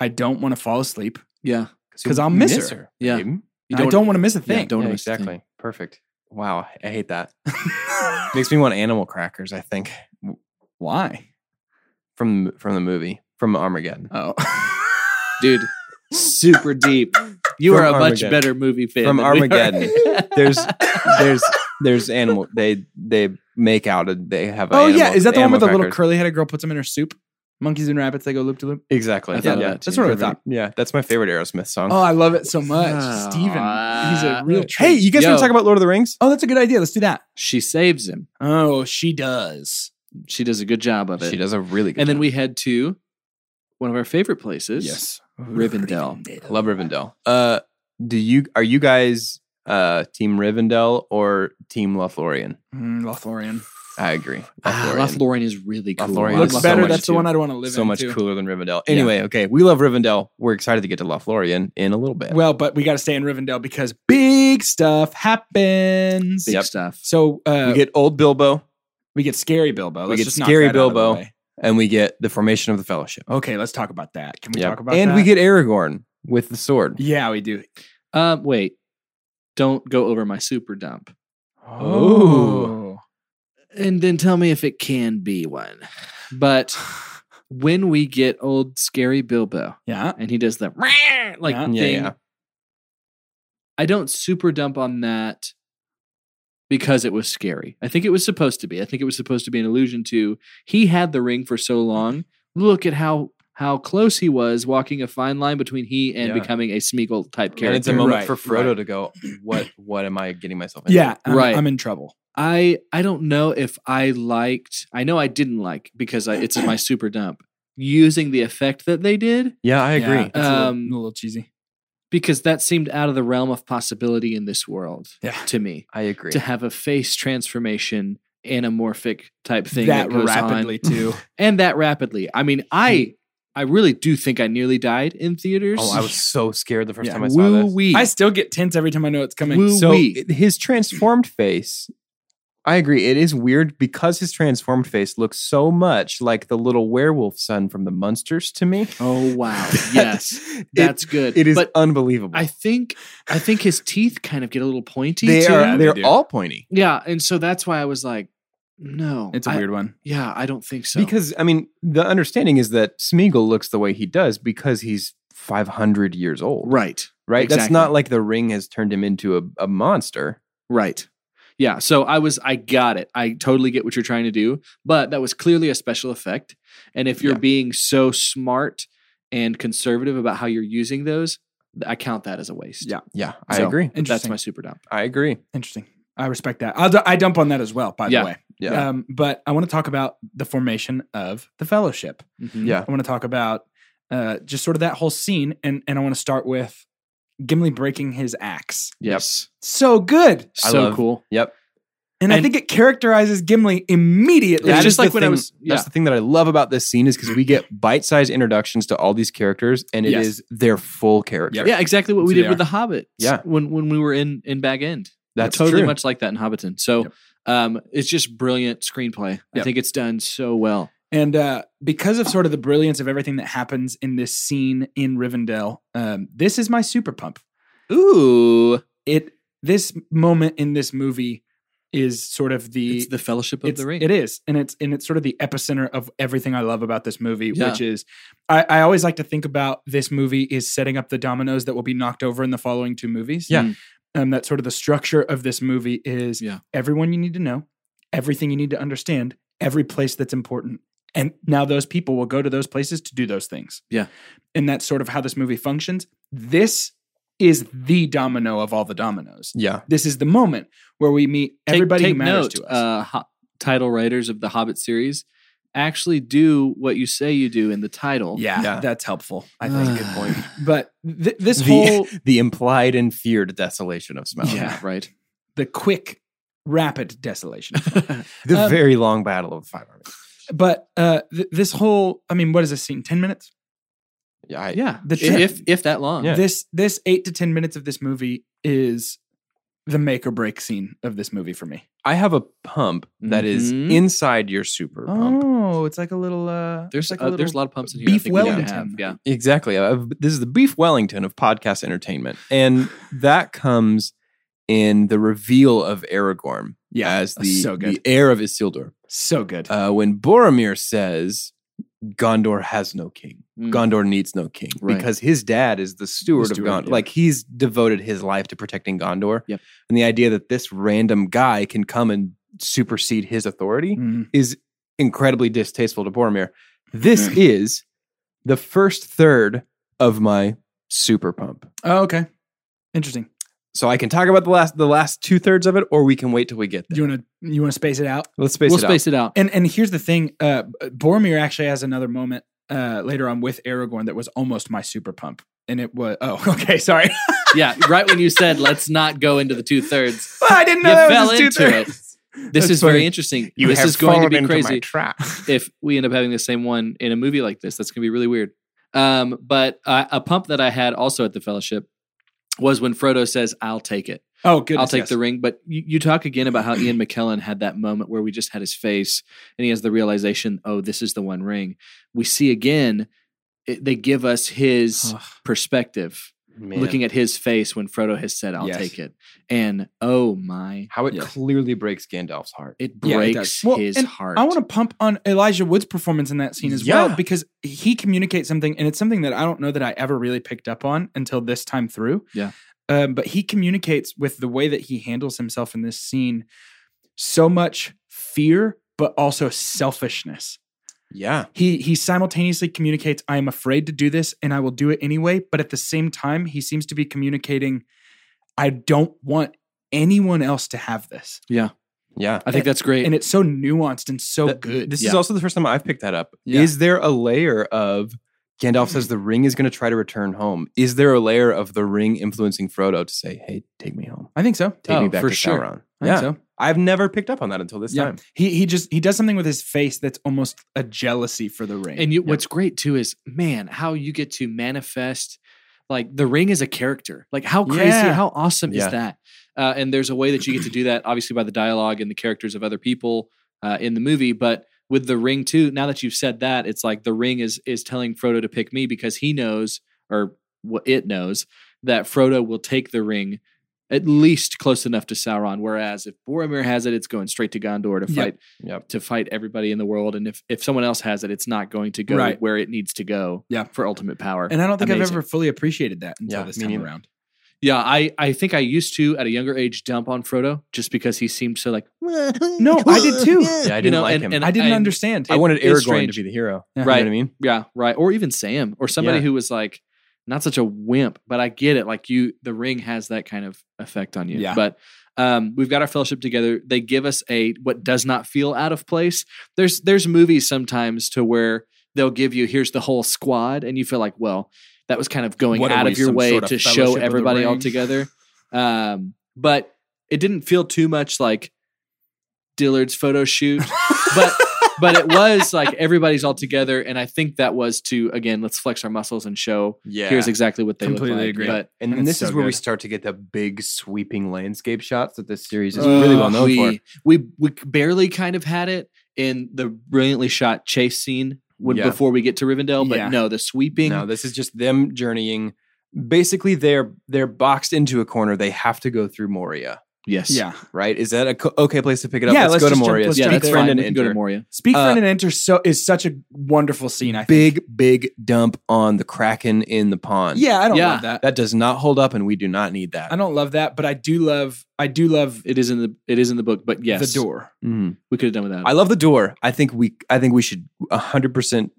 S2: I don't want to fall asleep.
S4: yeah,
S2: because I'll miss her.
S4: Yeah.
S1: Babe.
S4: you
S2: And I don't want to miss a
S4: yeah,
S2: thing.
S4: don't
S1: Yeah,
S4: wanna miss a thing.
S1: exactly. Perfect. Wow, I hate that. Makes me want animal crackers. I think
S2: Why?
S1: from from the movie from Armageddon.
S2: Oh.
S4: dude. Super deep. You
S1: From
S4: are a much
S1: Armageddon.
S4: better movie fan
S1: From
S4: than we are.
S1: Armageddon. There's there's there's animal. They they make out. A, they have. A
S2: oh
S1: animal,
S2: yeah, is that the one
S1: animal
S2: with the little
S1: crackers.
S2: curly headed girl puts them in her soup? Monkeys and rabbits, they go loop to loop.
S1: Exactly.
S4: I
S1: Yeah,
S4: thought of
S1: yeah.
S4: that
S2: That's
S4: too.
S2: what I thought.
S1: yeah, that's my favorite Aerosmith song.
S2: Oh, I love it so much.
S4: Ah.
S2: Steven. He's a real treat.
S1: hey, you guys want
S4: yo.
S1: to talk about Lord of the Rings?
S2: Oh, that's a good idea. Let's do that.
S4: She saves him.
S2: Oh, she does.
S4: She does a good job of it.
S1: She does a really good.
S4: And then
S1: job.
S4: we head to one of our favorite places. Rivendell.
S1: I love Rivendell. Uh, do you are you guys uh Team Rivendell or Team Lothlorien?
S2: Mm, Lothlorien.
S1: I agree.
S4: Ah,
S1: Lothlorien.
S4: Lothlorien is really cool.
S1: Lothlorien
S4: I
S1: is
S2: Looks
S4: love
S2: better.
S4: Lothlorien
S1: much
S2: that's
S4: too.
S2: the one I'd want to live
S1: so
S2: in.
S1: much
S2: too.
S1: cooler than Rivendell. Anyway, okay, we love Rivendell. We're excited to get to Lothlorien in a little bit.
S2: Well, but we got to stay in Rivendell because big stuff happens.
S4: Big
S1: Yep.
S4: stuff.
S2: So uh,
S1: we get old Bilbo
S2: we get scary Bilbo. Let's
S1: get
S2: just knock
S1: scary
S2: that out of the
S1: Bilbo.
S2: way.
S1: and we get the formation of the Fellowship.
S2: Okay, let's talk about that. Can we
S1: Yep.
S2: talk about
S1: and
S2: that?
S1: we get Aragorn with the sword.
S2: Yeah, we do.
S4: Um, wait. Don't go over my super dump.
S1: Oh.
S4: And then tell me if it can be one. But when we get old scary Bilbo
S2: Yeah.
S4: and he does the "Rah!" like
S2: Yeah.
S4: thing,
S1: Yeah, yeah.
S4: I don't super dump on that because it was scary. I think it was supposed to be. I think it was supposed to be an allusion to he had the ring for so long. Look at how how close he was walking a fine line between he and
S1: Yeah.
S4: becoming a Smeagol type
S1: And it's a
S4: character.
S1: moment
S2: Right,
S1: for Frodo
S2: right.
S1: to go, what what am I getting myself into?
S2: Yeah. I'm,
S4: Right.
S2: I'm in trouble.
S4: I I don't know if I liked. I know I didn't like because I, it's my super dump using the effect that they did
S1: Yeah, I agree.
S2: Yeah, it's a little-
S4: Um,
S2: a little cheesy.
S4: because that seemed out of the realm of possibility in this world
S2: Yeah.
S4: to me
S1: I agree.
S4: to have a face transformation anamorphic type thing that,
S2: that,
S4: goes
S2: rapidly
S4: on
S2: too.
S4: and that rapidly. I
S1: Hmm.
S4: mean, I I really do think I nearly died in theaters.
S1: Oh, I was so scared the first
S2: Yeah.
S1: time I saw this.
S4: wee.
S2: I still get tense every time I know it's coming.
S4: Woo.
S1: So
S4: Wee.
S1: it- his transformed face, I agree. It is weird because his transformed face looks so much like the little werewolf son from the Munsters to me.
S4: oh wow. Yes.
S1: It-
S4: That's good.
S1: it is
S4: but
S1: unbelievable.
S4: I think I think his teeth kind of get a little pointy
S1: they
S4: too.
S1: are
S2: Yeah, they
S1: they're
S2: do.
S1: all pointy
S4: Yeah, and so that's why I was like, no,
S2: It's a
S4: I-
S2: weird one.
S4: yeah, I don't think so.
S1: because I mean the understanding is that Smeagol looks the way he does because he's 500 years old.
S4: right,
S1: Right? That's
S4: exactly.
S1: not like the ring has turned him into a, a monster.
S4: right, yeah. So I was, I got it. I totally get what you're trying to do, but that was clearly a special effect. And if you're
S1: Yeah.
S4: being so smart and conservative about how you're using those, I count that as a waste.
S2: Yeah.
S1: Yeah, I
S4: So-
S1: agree.
S4: that's
S2: Interesting.
S4: my super dump.
S1: I agree.
S2: Interesting. I respect that. I'll d- I dump on that as well. By
S4: Yeah.
S2: the way.
S1: Yeah.
S2: Um, but I want to talk about the formation of the fellowship.
S4: Mm-hmm.
S1: Yeah.
S2: I want to talk about uh, just sort of that whole scene, and and I want to start with Gimli breaking his axe.
S4: Yes.
S2: So good.
S1: I
S4: So
S1: love-
S4: cool.
S1: Yep.
S2: And, I
S4: And-
S2: think it characterizes Gimli immediately.
S4: It's
S1: That
S4: just
S1: is the
S4: like when I
S1: thing-
S4: was- yeah.
S1: That's the thing that I love about this scene is because we get bite-sized introductions to all these characters, and it is
S4: Yes.
S1: their full character.
S4: Yeah, exactly what
S5: So
S4: we
S5: they
S4: did with
S5: are.
S4: the Hobbit.
S1: Yeah.
S4: when when we were in in Bag End,
S1: that's
S4: totally
S1: true.
S4: much like that in Hobbiton. So,
S5: Yep.
S4: um, it's just brilliant screenplay. I
S5: Yep.
S4: think it's done so well.
S2: And uh, because of sort of the brilliance of everything that happens in this scene in Rivendell, um, this is my super pump.
S4: Ooh,
S2: It this moment in this movie is sort of the
S4: it's the Fellowship of
S2: it's-
S4: the Ring.
S2: It is, and it's and it's sort of the epicenter of everything I love about this movie,
S4: Yeah.
S2: which is I, I always like to think about this movie is setting up the dominoes that will be knocked over in the following two movies.
S4: Yeah. Mm.
S2: um, that's sort of the structure of this movie is
S4: Yeah.
S2: everyone you need to know, everything you need to understand, every place that's important, and now those people will go to those places to do those things.
S4: Yeah.
S2: and that's sort of how this movie functions. This is the domino of all the dominoes.
S1: Yeah,
S2: This is the moment where we meet
S4: Take-
S2: everybody
S4: take
S2: who matters
S4: note,
S2: to us.
S4: Uh, ho- title writers of the Hobbit series actually do what you say you do in the title.
S2: Yeah,
S1: Yeah.
S2: that's helpful. I think.
S1: Good point.
S2: But th- this
S1: The-
S2: whole
S1: the implied and feared desolation of Smaug.
S4: yeah, right.
S2: the quick, rapid desolation.
S1: the
S2: Um,
S1: very long battle of the Five Armies.
S2: but uh, th- this whole, I mean, what is this scene? Ten minutes.
S1: Yeah, I,
S4: Yeah,
S2: The
S4: if, if if that long.
S1: Yeah.
S2: This this eight to ten minutes of this movie is the make or break scene of this movie for me.
S1: I have a pump that is
S4: Mhm.
S1: inside your super pump.
S2: Oh, it's like a little. Uh,
S4: There's
S2: like
S4: like a
S2: a little
S4: there's a lot of pumps in here.
S2: beef
S4: I think we gotta
S2: Wellington.
S4: have, Yeah,
S1: Exactly. Uh, this is the Beef Wellington of podcast entertainment, and that comes in the reveal of Aragorn
S2: Yeah,
S1: as the,
S2: so good.
S1: the heir of Isildur.
S2: so good.
S1: uh, when Boromir says Gondor has no king,
S4: Mm.
S1: Gondor needs no king
S4: Right.
S1: because his dad is the steward,
S4: The
S1: of
S4: steward,
S1: Gondor.
S4: yeah.
S1: Like he's devoted his life to protecting Gondor,
S4: Yep.
S1: and the idea that this random guy can come and supersede his authority
S2: Mm.
S1: is incredibly distasteful to Boromir. This is the first third of my super pump.
S2: Oh, okay. Interesting.
S1: So I can talk about the last the last two thirds of it, or we can wait till we get there.
S2: Do you want to you want to space it out?
S1: Let's space
S4: we'll
S1: it out.
S4: space it out.
S2: And and here's the thing, uh, Boromir actually has another moment uh, later on with Aragorn that was almost my super pump, and it was oh okay sorry
S4: yeah, right when you said let's not go into the two thirds,
S2: I didn't
S4: you
S2: know that
S4: fell
S2: was his
S4: into it.
S2: two-thirds.
S4: This
S2: That's
S4: is
S2: funny.
S4: very interesting. this is going to be crazy
S3: trap.
S4: if we end up having the same one in a movie like this. That's going to be really weird. Um, but uh, a pump that I had also at the fellowship was when Frodo says, "I'll take it."
S2: Oh good,
S4: I'll take the ring. But you, you talk again about how Ian McKellen had that moment where we just had his face and he has the realization, oh, this is the one ring. We see again, it, they give us his perspective, looking at his face when Frodo has said, I'll
S1: Yes.
S4: take it. And oh my,
S1: how it
S2: Yeah.
S1: clearly breaks Gandalf's heart.
S4: it
S2: Yeah,
S4: breaks
S2: it does. Well,
S4: his
S2: and
S4: heart.
S2: I want to pump on Elijah Wood's performance in that scene as well
S1: Yeah.
S2: because he communicates something, and it's something that I don't know that I ever really picked up on until this time through.
S4: Yeah.
S2: Um, but he communicates with the way that he handles himself in this scene so much fear, but also selfishness.
S1: Yeah.
S2: he he simultaneously communicates i am afraid to do this and i will do it anyway but at the same time he seems to be communicating i don't want anyone else to have this
S1: Yeah.
S4: I think that's great.
S2: and it's so nuanced and so
S1: That-
S2: good
S1: This
S4: Yeah.
S1: is also the first time I've picked that up.
S2: Yeah.
S1: Is there a layer of Gandalf says the ring is going to try to return home? Is there a layer of the ring influencing Frodo to say, "Hey, take me home,
S2: i think so
S1: take me
S4: Oh,
S1: back
S4: for
S1: to
S4: sure.
S1: Sauron"?
S2: i
S1: yeah,
S2: think so
S1: I've never picked up on that until this
S2: Yeah.
S1: time.
S2: he he just he does something with his face that's almost a jealousy for the ring
S4: And you, what's great too is, man, how you get to manifest like the ring is a character. Like how crazy,
S2: Yeah.
S4: how awesome
S1: Yeah.
S4: is that? Uh, and there's a way that you get to do that, obviously by the dialogue and the characters of other people uh, in the movie, but with the ring too. Now that you've said that, it's like the ring is is telling Frodo to pick me because he knows, or what it knows, that Frodo will take the ring at least close enough to Sauron. Whereas if Boromir has it, it's going straight to Gondor to
S2: Yep.
S4: fight
S1: Yep.
S4: to fight everybody in the world. And if, if someone else has it, it's not going to go
S2: Right.
S4: where it needs to go
S2: Yeah.
S4: for ultimate power.
S2: and i don't think i've
S4: Amazing.
S2: ever fully appreciated that until
S1: Yeah,
S2: this
S1: me
S2: time
S1: neither.
S2: around
S4: yeah, I, I think I used to at a younger age dump on Frodo just because he seemed so like
S2: no i did too
S1: Yeah, I didn't
S4: you know,
S1: like
S4: and-
S1: him.
S4: and
S2: i didn't
S4: and-
S2: understand
S1: I wanted
S4: it is
S1: Aragorn
S4: strange.
S1: to be the hero.
S2: Yeah.
S1: You know what
S4: Right.
S1: I mean,
S4: Yeah, right. Or even Sam or somebody
S1: Yeah.
S4: who was like not such a wimp, but I get it. Like you the ring has that kind of effect on you.
S2: Yeah.
S4: But um, we've got our fellowship together. They give us a what does not feel out of place. There's there's movies sometimes to where they'll give you here's the whole squad, and you feel like, well, that was kind of going
S1: What are
S4: out
S1: we,
S4: of your
S1: some
S4: way
S1: sort of
S4: to
S1: Fellowship
S4: show
S1: of the
S4: everybody all
S1: Ring?
S4: together. Um, but it didn't feel too much like Dillard's photo shoot, but but it was like everybody's all together, and I think that was to again let's flex our muscles and show
S1: Yeah.
S4: here's exactly what they
S1: Completely
S4: look like.
S1: agree.
S4: But
S1: and,
S2: It's
S1: this
S2: so
S1: is where we
S2: good.
S1: start to get the big sweeping landscape shots that this series is really well known
S4: we,
S1: for.
S4: We we barely kind of had it in the brilliantly shot chase scene when
S1: Yeah.
S4: before we get to Rivendell, but
S2: Yeah.
S4: no, the sweeping.
S1: No, this is just them journeying. Basically, they're they're boxed into a corner. They have to go through Moria,
S4: yes,
S1: right? Is that a co- okay place to pick it up?
S2: Yeah, let's
S1: go to
S2: just jump-
S1: Moria.
S2: let's
S4: yeah,
S2: jump
S1: Speak
S4: that's
S2: there.
S4: fine.
S1: friend and
S4: We can go to
S1: enter.
S4: Moria.
S2: Speak
S1: Uh,
S2: friend and enter so is such a wonderful scene. I think.
S1: Big big dump on the kraken in the pond.
S2: Yeah, I don't
S4: Yeah.
S2: love that.
S1: that does not hold up, and we do not need that.
S2: I don't love that, but I do love. I do love
S4: It is in the it is in the book, but yes,
S2: the door.
S1: Mhm.
S4: We could have done without.
S1: I love the door. I think we I think we should hundred percent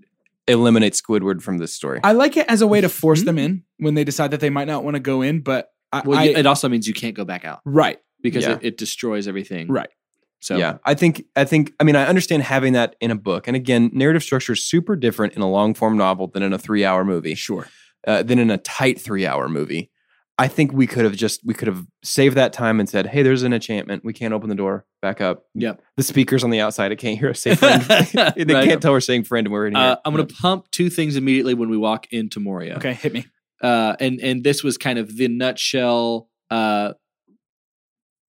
S1: eliminate Squidward from this story.
S2: I like it as a way to force them in when they decide that they might not want to go in, but I,
S4: it. Mm-hmm. Well,
S2: I-
S4: you- it also means you can't go back out
S2: right.
S4: because
S1: Yeah.
S4: it, it destroys everything.
S2: Right.
S4: So
S1: Yeah, I think I think I mean I understand having that in a book, and again, narrative structure is super different in a long form novel than in a three hour movie,
S2: Sure.
S1: uh, than in a tight three hour movie. I think we could have just we could have saved that time and said, "Hey, there's an enchantment. We can't open the door. Back up.
S4: Yep.
S1: The speakers on the outside. I can't hear us say friend. they
S4: Right.
S1: can't tell we're saying friend. and We're in here.
S4: Uh, I'm going to pump two things immediately when we walk into Moria.
S2: Okay, hit me.
S4: Uh, and and this was kind of the nutshell uh,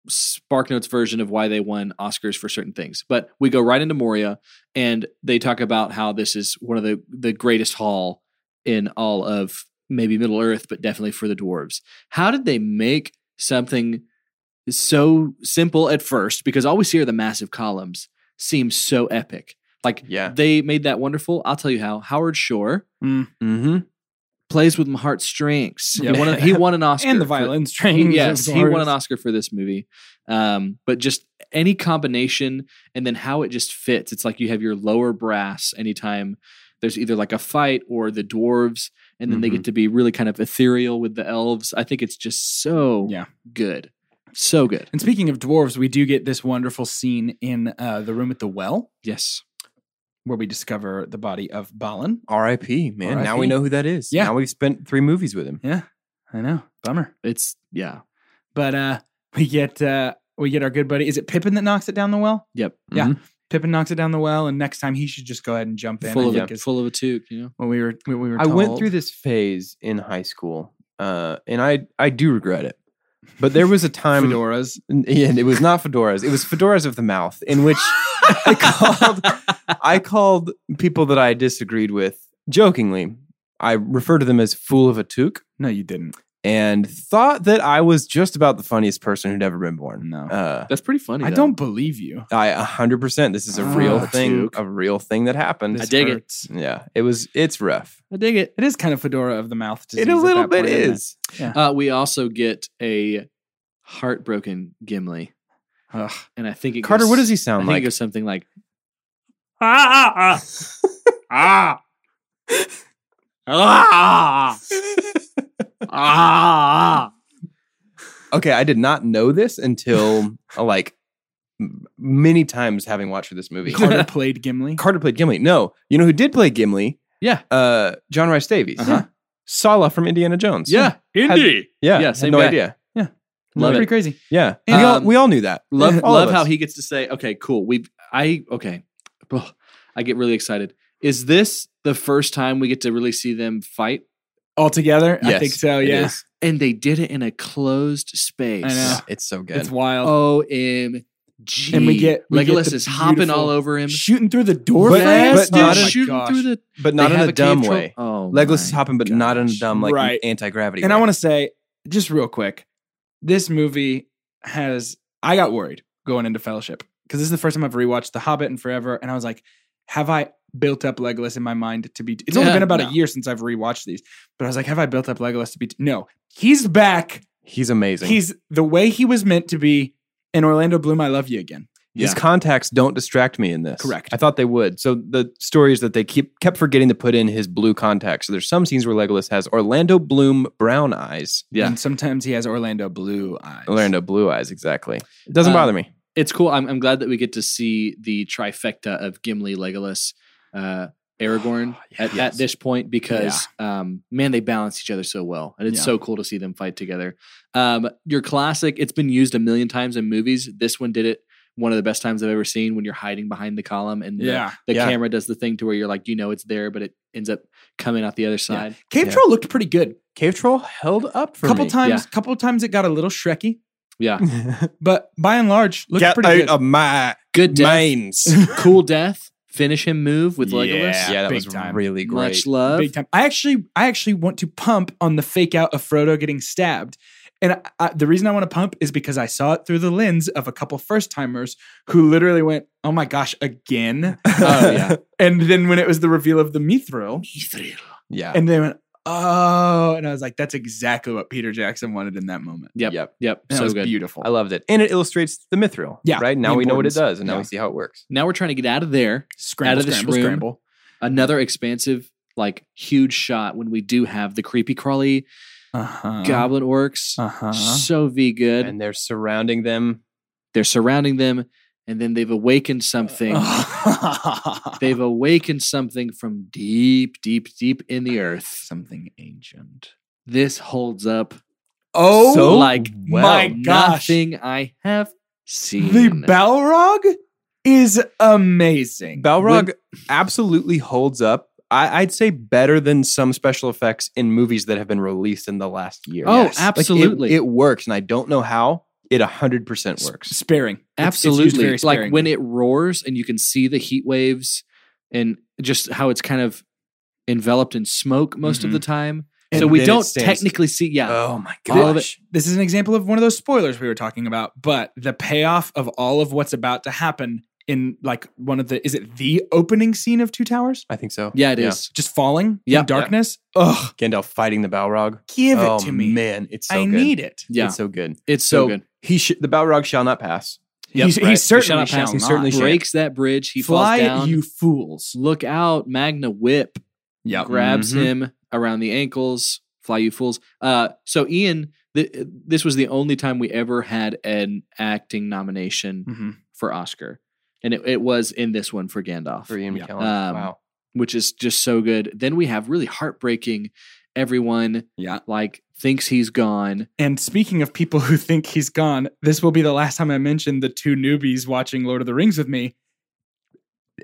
S4: SparkNotes version of why they won Oscars for certain things. But we go right into Moria, and they talk about how this is one of the the greatest hall in all of maybe Middle Earth, but definitely for the dwarves. How did they make something so simple at first? Because all we see are the massive columns. Seems so epic. Like
S1: yeah.
S4: they made that wonderful. I'll tell you how. Howard Shore
S1: Mm-hmm.
S4: plays with my heartstrings.
S2: Yeah.
S4: He, won a- he won an Oscar.
S2: and the
S4: for-
S2: violin
S4: he-
S2: string.
S4: yes, he won an Oscar for this movie. Um, but just any combination and then how it just fits. It's like you have your lower brass anytime there's either like a fight or the dwarves, and then they
S1: Mhm.
S2: Mm-hmm.
S4: get to be really kind of ethereal with the elves. I think it's just so
S2: Yeah.
S4: good. So good.
S2: And speaking of dwarves, we do get this wonderful scene in uh, the room at the well
S4: Yes.
S2: where we discover the body of Balin.
S1: R.I.P. Man. Now we
S2: RIP.
S1: know who that is.
S2: Yeah.
S1: Now we've spent three movies with him.
S2: Yeah, I know. Bummer.
S4: It's yeah.
S2: But uh, we get uh, we get our good buddy. Is it Pippin that knocks it down the well?
S4: Yep.
S2: Yeah. Pippin knocks it down the well, and next time he should just go ahead and jump in. I
S4: Full of
S2: think
S4: a,
S2: is
S4: full of a toque, you know.
S2: what we were what we were.
S1: I went through
S2: told.
S1: this phase in high school, uh, and I I do regret it. But there was a time,
S2: fedoras.
S1: and and it was not fedoras. It was fedoras of the mouth, in which I called I called people that I disagreed with jokingly. I referred to them as fool of a toque,
S2: No, you didn't.
S1: and thought that I was just about the funniest person who'd ever been born.
S2: No,
S1: Uh,
S4: That's pretty funny.
S2: I
S4: though.
S2: don't believe you.
S1: I a hundred percent. This is a
S2: Ah,
S1: real thing,
S4: toque.
S1: a real thing that happened.
S4: I dig it.
S2: it.
S1: Yeah, it was. It's rough.
S4: I dig it.
S2: It is kind of fedora of the mouth.
S1: It
S2: disease
S1: a
S2: at
S1: little
S2: that
S1: bit
S2: point, isn't it?
S1: is.
S4: Uh, we also get a heartbroken Gimli,
S2: Ugh.
S4: and I think it
S1: Carter,
S4: goes,
S1: what does he
S4: I
S1: sound
S4: think
S1: like?
S4: it goes something like
S3: Ah, ah, ah, ah, ah.
S1: okay, I did not know this until uh, like m- many times having watched this movie. Carter,
S2: Carter played Gimli.
S1: Carter played Gimli. No, you know who did play Gimli?
S4: Yeah.
S1: uh, John Rice Davies.
S2: Uh-huh.
S1: Yeah. Sala from Indiana Jones.
S4: yeah.
S3: Indy.
S1: yeah,
S4: Yeah,
S1: had
S4: same
S1: no
S4: guy.
S1: idea.
S4: Love
S2: pretty
S4: it.
S2: crazy.
S1: Yeah,
S4: And-
S1: we, all,
S4: Um,
S1: we all knew that.
S4: Love
S1: All
S4: love
S1: of
S4: how
S1: us.
S4: he gets to say, okay, cool. We I okay. Ugh, I get really excited. Is this the first time we get to really see them fight?
S2: All together, I
S1: Yes,
S2: think so.
S1: it
S2: Yeah,
S1: is.
S4: And they did it in a closed space.
S2: I know.
S1: Yeah, it's so good.
S2: it's wild.
S4: OMG.
S2: And we get- we get
S4: Legolas
S2: the
S4: is hopping all
S2: beautiful-
S4: over him.
S2: Shooting through the door
S1: But-
S2: fast,
S4: Yes,
S1: but
S4: dude,
S1: not in-
S4: shooting through the
S1: but not
S4: they
S1: in
S4: have
S1: a dumb
S4: cave troll-
S1: way.
S4: Oh,
S1: Legolas is
S4: my
S1: hopping, but not in a
S4: gosh.
S1: dumb like
S2: Right.
S1: anti gravity.
S2: And I want to say, just real quick, this movie has. I got worried going into Fellowship because this is the first time I've rewatched The Hobbit in forever, and I was like, have I built up Legolas in my mind to be? It's only
S4: Yeah,
S2: been about
S4: no.
S2: a year since I've rewatched these, but I was like, have I built up Legolas to be? no, he's back.
S1: He's amazing.
S2: He's the way he was meant to be. And Orlando Bloom, I love you again.
S1: His contacts don't distract me in this.
S2: Correct.
S1: I thought they would. So the story is that they keep kept forgetting to put in his blue contacts. So there's some scenes where Legolas has Orlando Bloom brown eyes.
S4: Yeah.
S2: And sometimes he has Orlando Blue eyes.
S1: Orlando blue eyes, exactly. It doesn't
S4: Um,
S1: bother me.
S4: it's cool. I'm, I'm glad that we get to see the trifecta of Gimli, Legolas, uh, Aragorn at, at
S1: yes.
S4: this point because, um, man, they balance each other so well. And it's
S2: Yeah.
S4: so cool to see them fight together. Um, your classic, it's been used a million times in movies. This one did it one of the best times I've ever seen when you're hiding behind the column and the, the
S1: Yeah.
S4: camera does the thing to where you're like, you know, it's there, but it ends up coming out the other side.
S2: Cave
S1: Yeah.
S2: Troll looked pretty good.
S1: Cave Troll held up for
S2: couple
S1: me.
S2: times, couple times it got a little shreky,
S4: Yeah.
S2: but by and large, looked
S1: Get
S2: pretty
S1: out
S2: good.
S1: of my
S4: Good death.
S1: mines.
S4: cool death. Finish him move with Legolas.
S1: yeah, that
S3: big
S1: was
S3: time.
S1: really great.
S4: Much love.
S2: Big time. I actually, I actually want to pump on the fake out of Frodo getting stabbed, and I, I, the reason I want to pump is because I saw it through the lens of a couple first timers who literally went, "Oh my gosh, again!" Uh,
S4: Oh, yeah.
S2: and then when it was the reveal of the Mithril,
S1: yeah.
S2: and they went, "Oh," and I was like, "That's exactly what Peter Jackson wanted in that moment."
S4: Yep.
S1: Yep.
S4: Yep.
S2: And that
S4: So
S2: was
S4: good.
S2: beautiful.
S1: I loved it. And it illustrates the mithril.
S2: Yeah,
S1: Right? Now
S2: the
S1: we know what it
S2: importance.
S1: does and now
S2: Yeah.
S1: we see how it works.
S4: Now we're trying to get out of there.
S2: scramble,
S4: Out of this
S2: scramble,
S4: room.
S2: scramble.
S4: Another expansive, like huge shot when we do have the creepy crawly
S2: Uh-huh.
S4: goblin orcs.
S2: Uh-huh.
S4: So V good.
S1: And they're surrounding them.
S4: They're surrounding them and then they've awakened something.
S2: Uh-huh.
S4: They've awakened something from deep, deep, deep in the earth.
S2: something ancient.
S4: This holds up
S2: Oh
S4: so like
S2: my
S4: well,
S2: gosh.
S4: nothing I have seen.
S2: The Balrog is amazing.
S1: Balrog absolutely holds up. I, I'd say better than some special effects in movies that have been released in the last year.
S4: Oh,
S1: Like, it-
S4: absolutely.
S1: it, works, and I don't know how. It 100% works.
S2: sparing. It's- it's used
S4: absolutely
S2: very
S4: like when
S2: sparingly.
S4: it roars and you can see the heat waves and just how it's kind of enveloped in smoke most
S2: Mhm.
S4: of the time.
S1: And
S4: so we
S1: then it
S4: don't
S1: stands-
S4: technically see. Yeah,
S1: Oh my gosh.
S4: All of it-
S2: This is an example of one of those spoilers we were talking about, but the payoff of all of what's about to happen in like one of the is it the opening scene of Two Towers?
S1: I think so.
S4: yeah, it is.
S2: Just falling
S4: Yeah.
S2: in darkness? Ugh,
S1: Gandalf fighting the Balrog.
S2: give
S1: oh,
S2: it to me.
S1: man. It's so
S2: I
S1: good.
S2: need it.
S4: Yeah,
S1: It's so good.
S4: it's so,
S1: So,
S4: good.
S1: he sh- the Balrog shall not pass.
S4: Yep,
S2: He's-
S4: right.
S2: He
S4: He
S2: certainly
S4: shall not
S2: shall
S4: pass. He
S2: not.
S1: certainly shall.
S4: Breaks that bridge. He
S2: Fly,
S4: falls down.
S2: you fools.
S4: Look out, Magna Whip.
S2: Yep. Mm-hmm.
S4: grabs
S1: Mhm.
S4: him around the ankles. Fly you fools. Uh, so Ian, th- this was the only time we ever had an acting nomination
S2: Mhm.
S4: for Oscar, and it, it was in this one for Gandalf,
S1: For Ian
S2: Yeah.
S1: McKellen.
S4: Um,
S1: wow.
S4: which is just so good. Then we have really heartbreaking. Everyone,
S2: Yeah.
S4: like thinks he's gone.
S2: And speaking of people who think he's gone, this will be the last time I mention the two newbies watching Lord of the Rings with me.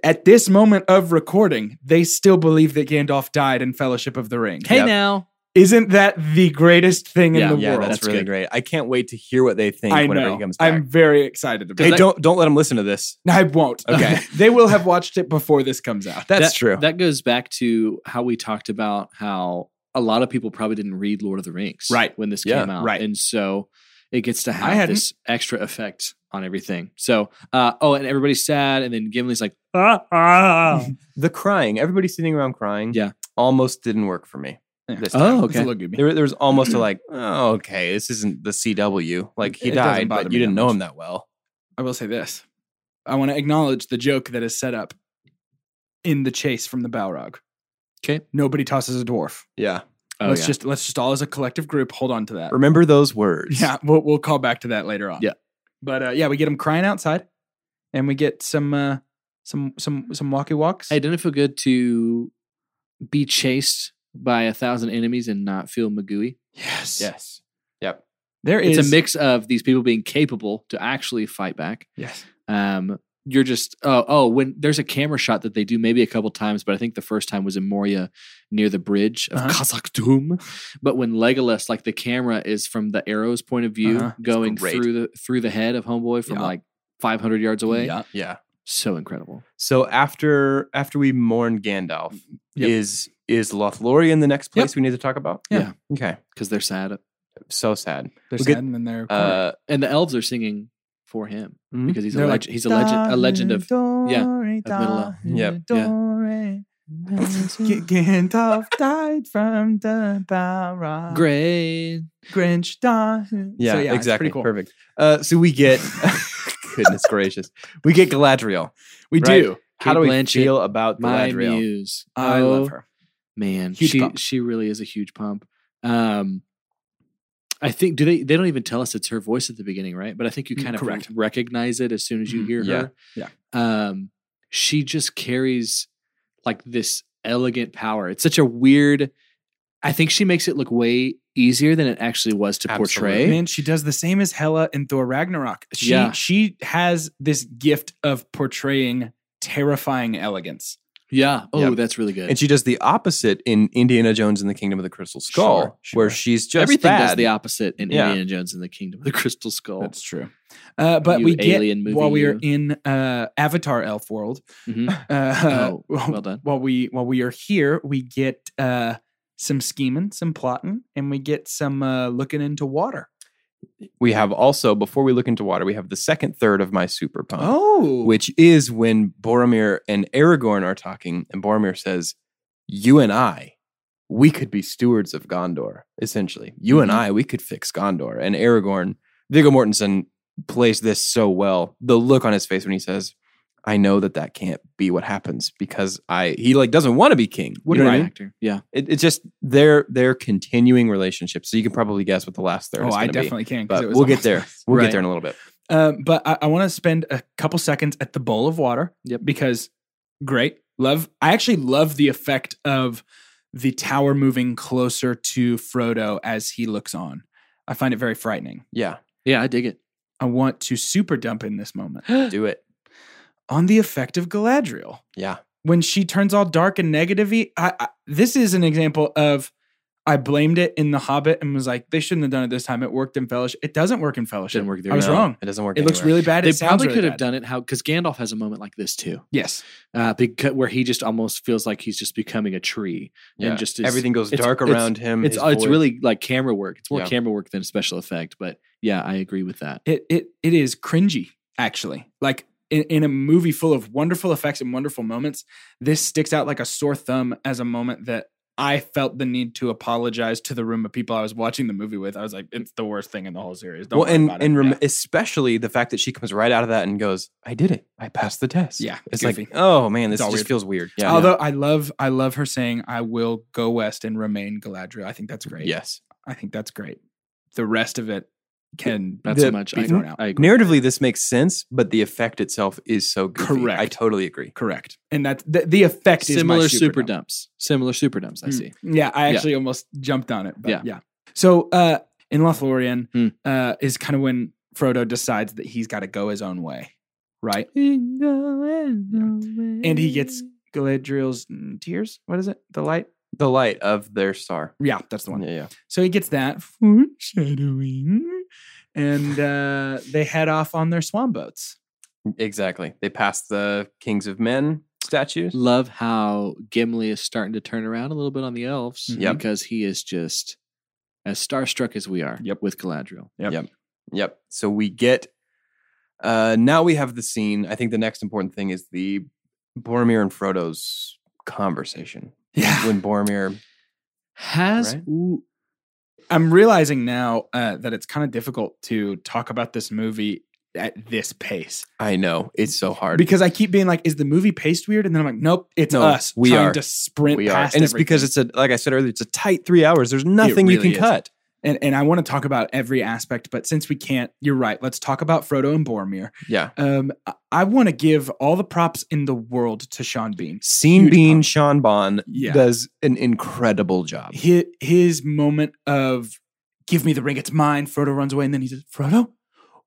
S2: At this moment of recording, they still believe that Gandalf died in Fellowship of the Ring.
S4: Hey
S1: Yep.
S4: now,
S2: Isn't that the greatest thing
S4: Yeah,
S2: in the
S1: Yeah,
S2: world?
S1: that's,
S4: That's
S1: really
S4: good.
S1: great. I can't wait to hear what they think
S2: I
S1: whenever
S2: know.
S1: he comes back.
S2: I'm very excited about
S1: hey,
S2: it.
S1: don't don't let him listen to this.
S2: I won't.
S1: Okay.
S2: they will have watched it before this comes out.
S1: That's
S4: That-
S1: true.
S4: That goes back to how we talked about how a lot of people probably didn't read Lord of the Rings
S2: Right.
S4: when this
S1: Yeah,
S4: came out,
S2: right.
S4: And so it gets to
S2: I
S4: have
S2: hadn't.
S4: this extra effect on everything. So, uh, oh, and everybody's sad, and then Gimli's like, Oh, um,
S1: the crying, everybody sitting around crying,
S4: Yeah.
S1: almost didn't work for me.
S2: Yeah.
S1: This
S4: Oh,
S1: time.
S4: okay.
S2: It's a little goofy.
S1: There, there was almost a like, oh, okay, this isn't the CW. Like he
S2: It doesn't
S1: died,
S2: bother
S1: but
S2: me
S1: you didn't
S2: that
S1: know
S2: much.
S1: him that well.
S2: I will say this. I want to acknowledge the joke that is set up in the chase from the Balrog.
S4: "Okay,
S2: Nobody tosses a dwarf.
S1: Yeah.
S4: oh,
S2: let's
S4: yeah.
S2: just let's just all as a collective group hold on to that.
S1: Remember those words.
S2: Yeah, we'll we'll call back to that later on.
S4: Yeah.
S2: but uh, yeah, we get them crying outside, and we get some uh, some some some walkie walks.
S4: hey, didn't it feel good to be chased by a thousand enemies and not feel magooey?
S2: yes,
S1: Yes. Yep.
S2: there is
S4: It's a mix of these people being capable to actually fight back,
S2: Yes,
S4: um you're just oh oh when there's a camera shot that they do maybe a couple times but i think the first time was in moria near the bridge of
S2: Uh-huh.
S4: Khazak Dûm. but when legolas like the camera is from the arrow's point of view
S2: Uh-huh. It's
S4: going
S1: great.
S4: through the through the head of homeboy from
S2: Yeah.
S4: like 500 yards away
S2: Yeah.
S1: Yeah.
S4: so incredible
S1: So after after we mourn Gandalf,
S2: Yep.
S1: is is Lothlorien the next place we need to talk about?
S4: Yeah.
S1: Okay.
S4: because they're sad
S1: So sad. We
S2: they're sad
S1: get-
S2: and then they're crying.
S1: Uh,
S4: and the elves are singing for him
S1: Mhm.
S4: because he's a
S2: Mm-hmm. They're
S4: leg-
S2: like,
S4: he's a legend a legend of yeah, Middle-earth.
S1: Yep,
S4: yeah.
S2: G- Gandalf died from the Balrog.
S4: great
S2: Grinch died.
S1: Yeah,
S2: so, yeah it's
S1: exactly.
S2: pretty cool.
S1: Perfect. Uh, so we get, goodness gracious, we get Galadriel.
S2: We
S1: Right.
S2: do.
S1: How
S4: Kate
S1: do we
S4: Blanchett,
S1: feel about
S4: my
S1: Galadriel?
S4: muse
S2: I
S4: Oh,
S2: love her.
S4: man
S2: Huge
S4: she
S2: pump.
S4: she really is a huge pump um i think do they they don't even tell us it's her voice at the beginning right but i think you
S2: Mm,
S4: kind of
S2: correct.
S4: recognize it as soon as you
S2: Mhm.
S4: hear
S1: Yeah.
S4: her um she just carries like this elegant power it's such a weird i think she makes it look way easier than it actually was to portray.
S2: Man, she does the same as Hela in Thor Ragnarok. She
S4: eh? Yeah.
S2: she has this gift of portraying terrifying elegance.
S4: Yeah. Oh,
S1: Yep.
S4: that's really good.
S1: And she does the opposite in Indiana Jones and the Kingdom of the Crystal Skull,
S2: Sure, sure.
S1: where she's just
S4: Everything
S1: bad.
S4: does the opposite in
S1: Yeah.
S4: Indiana Jones and the Kingdom of the Crystal Skull.
S2: That's true. Uh, but
S4: You
S2: we get
S4: alien movie,
S2: while we are
S4: you.
S2: in uh, Avatar Elf World.
S4: Mhm.
S2: Uh,
S4: Oh, well done.
S2: While we while we are here, we get uh, some scheming, some plotting, and we get some uh, looking into water.
S1: we have also before we look into water, we have the second third of my super pump.
S2: Oh,
S1: which is when Boromir and Aragorn are talking, and Boromir says, "You and I, we could be stewards of Gondor. Essentially, you and
S4: Mhm.
S2: Mm-hmm.
S1: I, we could fix Gondor." And Aragorn, Viggo Mortensen plays this so well. The look on his face when he says, "I know that that can't be what happens because I," he like doesn't want to be king.
S4: What
S1: you know
S4: an
S1: what I mean?
S4: actor. Yeah.
S1: It, it's just their their continuing relationship. So you can probably guess what the last third.
S2: oh,
S1: is
S2: I
S1: gonna be.
S2: definitely can. 'cause
S1: But
S2: it was
S1: we'll get
S2: almost-
S1: there. We'll
S4: Right.
S1: get there in a little bit.
S2: Uh, but I, I want to spend a couple seconds at the bowl of water.
S4: Yep.
S2: Because great love. I actually love the effect of the tower moving closer to Frodo as he looks on. I find it very frightening.
S1: Yeah,
S4: Yeah, I dig it.
S2: I want to super dump in this moment
S1: do it.
S2: on the effect of Galadriel
S1: Yeah,
S2: when she turns all dark and negative. I, I, this is an example of. I blamed it in The Hobbit and was like, they shouldn't have done it this time. It worked in Fellowship. It doesn't work in Fellowship.
S4: Didn't work there.
S2: I was
S4: No.
S2: wrong.
S1: it doesn't work.
S2: It looks
S1: anywhere.
S2: really bad.
S4: They
S2: it sounds
S4: probably
S2: really
S4: could have
S2: bad.
S4: done it how because Gandalf has a moment like this too,
S2: Yes.
S4: uh, because, where he just almost feels like he's just becoming a tree. and just is-
S1: everything goes
S4: it's-
S1: dark
S4: it's-
S1: around him.
S4: It's uh,
S1: his
S4: it's
S1: voice-
S4: really like camera work. It's more
S1: Yeah.
S4: camera work than special effect. But yeah, I agree with that.
S2: it it it is cringy actually like in, in a movie full of wonderful effects and wonderful moments this sticks out like a sore thumb as a moment that i felt the need to apologize to the room of people i was watching the movie with i was like it's the worst thing in the whole series don't
S1: well,
S2: worry
S1: and
S2: about it.
S1: and rem-
S2: Yeah.
S1: especially the fact that she comes right out of that and goes, "I did it. I passed the test."
S2: Yeah,
S1: it's
S2: goofy.
S1: like, oh man, this
S2: It's all
S1: just
S2: weird.
S1: feels weird. Yeah.
S2: although i love i love her saying i will go west and remain galadriel i think that's great
S1: yes,
S2: i think that's great the rest of it can
S4: Not
S1: The-
S4: so much. I,
S2: be thrown out
S4: I agree.
S1: narratively this makes sense, but the effect itself is so goofy. I
S2: Correct.
S1: totally agree.
S2: correct and that the, the effect is my
S4: Similar super
S2: dump.
S4: dumps. Similar super dumps. I
S2: Mm.
S4: see.
S2: Yeah, I
S4: Yeah.
S2: actually almost jumped on it. But yeah.
S4: Yeah.
S2: So uh, in Lothlorien
S4: Hmm.
S2: uh, is kind of when Frodo decides that he's got to go his own way, right? And he gets Galadriel's mm, tears. What is it? The light?
S1: The light of their star.
S2: Yeah, that's the one.
S1: Yeah, yeah.
S2: So he gets that foreshadowing, and uh, they head off on their swan boats.
S1: Exactly. They pass the kings of men statues.
S4: Love how Gimli is starting to turn around a little bit on the elves
S1: Yep.
S4: because he is just as starstruck as we are
S2: Yep.
S4: with Galadriel.
S1: Yep. So we get uh now we have the scene. I think the next important thing is the Boromir and Frodo's conversation.
S2: Yeah,
S1: When Boromir
S4: Has
S1: Right?
S4: ooh,
S2: I'm realizing now uh, that it's kind of difficult to talk about this movie at this pace.
S1: I know it's so hard
S2: because I keep being like, "Is the movie paced weird?" And then I'm like, "Nope, it's
S1: No,
S2: us.
S1: we
S2: trying
S1: are.
S2: to sprint
S1: we are,
S2: past."
S1: and it's because
S2: everything."
S1: it's a like I said earlier, it's a tight three hours. There's nothing you
S4: really
S1: can
S4: is.
S1: cut.
S2: and and I want to talk about every aspect, but since we can't, you're right. Let's talk about Frodo and Boromir.
S1: Yeah,
S2: Um, I, I want to give all the props in the world to Sean Bean.
S1: Scene
S2: Huge
S1: Bean
S2: problem.
S1: Sean Bon
S2: Yeah.
S1: does an incredible job.
S2: His, his moment of "Give me the ring, it's mine." Frodo runs away, and then he says, "Frodo,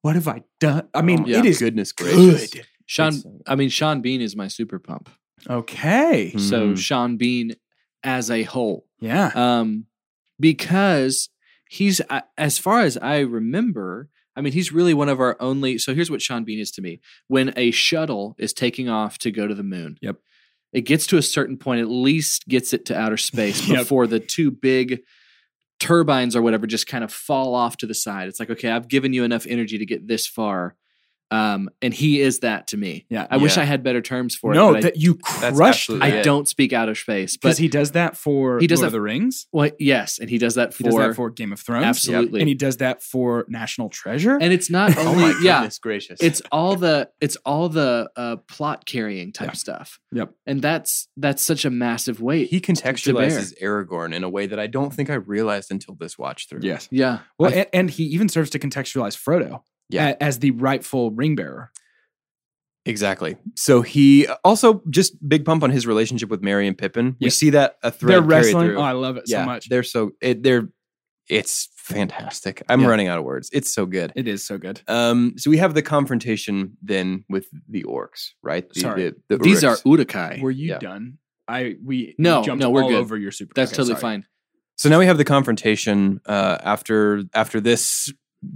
S2: what have I done?" I mean,
S4: yeah.
S2: it is
S1: Oh goodness gracious.
S2: good.
S4: Sean?
S1: It's-
S4: I mean, Sean Bean is my super pump.
S2: Okay,
S4: So
S1: Mhm.
S4: Sean Bean as a whole,
S2: yeah,
S4: um, because he's I- as far as I remember. I mean, he's really one of our only. So here's what Sean Bean is to me: when a shuttle is taking off to go to the moon,
S2: Yep.
S4: it gets to a certain point, at least gets it to outer space
S2: Yep.
S4: before the two big turbines or whatever just kind of fall off to the side. It's like, okay, I've given you enough energy to get this far, um, and he is that to me.
S2: yeah.
S4: I wish
S1: Yeah.
S4: I had better terms for it.
S2: no,
S4: but I
S2: that you
S1: That's
S2: crushed.
S1: absolutely
S4: I
S1: it.
S4: don't speak outer space,
S2: because
S4: but
S2: he does that for
S4: He does
S2: Lord
S4: that-
S2: of the Rings.
S4: well, yes, and he does that
S2: He
S4: for,
S2: does that for Game of Thrones.
S4: absolutely,
S2: And he does that for National Treasure.
S4: and it's not
S1: Oh
S4: only
S1: my
S4: yeah,
S1: goodness gracious!
S4: it's all the it's all the uh, plot carrying type
S2: Yeah.
S4: stuff,
S2: yep.
S4: and that's that's such a massive weight.
S1: he contextualizes Aragorn in a way that I don't think I realized until this watch through.
S2: Yes.
S4: yeah,
S2: Well, and, and he even serves to contextualize Frodo
S1: Yeah.
S2: a- as the rightful ring bearer.
S1: Exactly. So he also just big pump on his relationship with Mary and Pippin. We
S2: Yes.
S1: see that a thread
S2: They're
S1: carried
S2: wrestling.
S1: through.
S2: Oh, I love it so much.
S1: They're so it, they're It's fantastic. I'm
S2: Yeah.
S1: running out of words. It's so good.
S2: It is so good.
S1: Um, so we have the confrontation then with the orcs, right? The,
S2: Sorry.
S1: the- the
S4: These are
S1: Uruks.
S4: Urukai.
S2: Were you
S1: Yeah.
S2: done? I we
S4: No,
S2: we jumped
S4: no, we're
S2: all
S4: good.
S2: over your super.
S4: That's
S2: okay,
S4: totally
S2: sorry.
S4: fine.
S1: So now we have the confrontation uh, after after this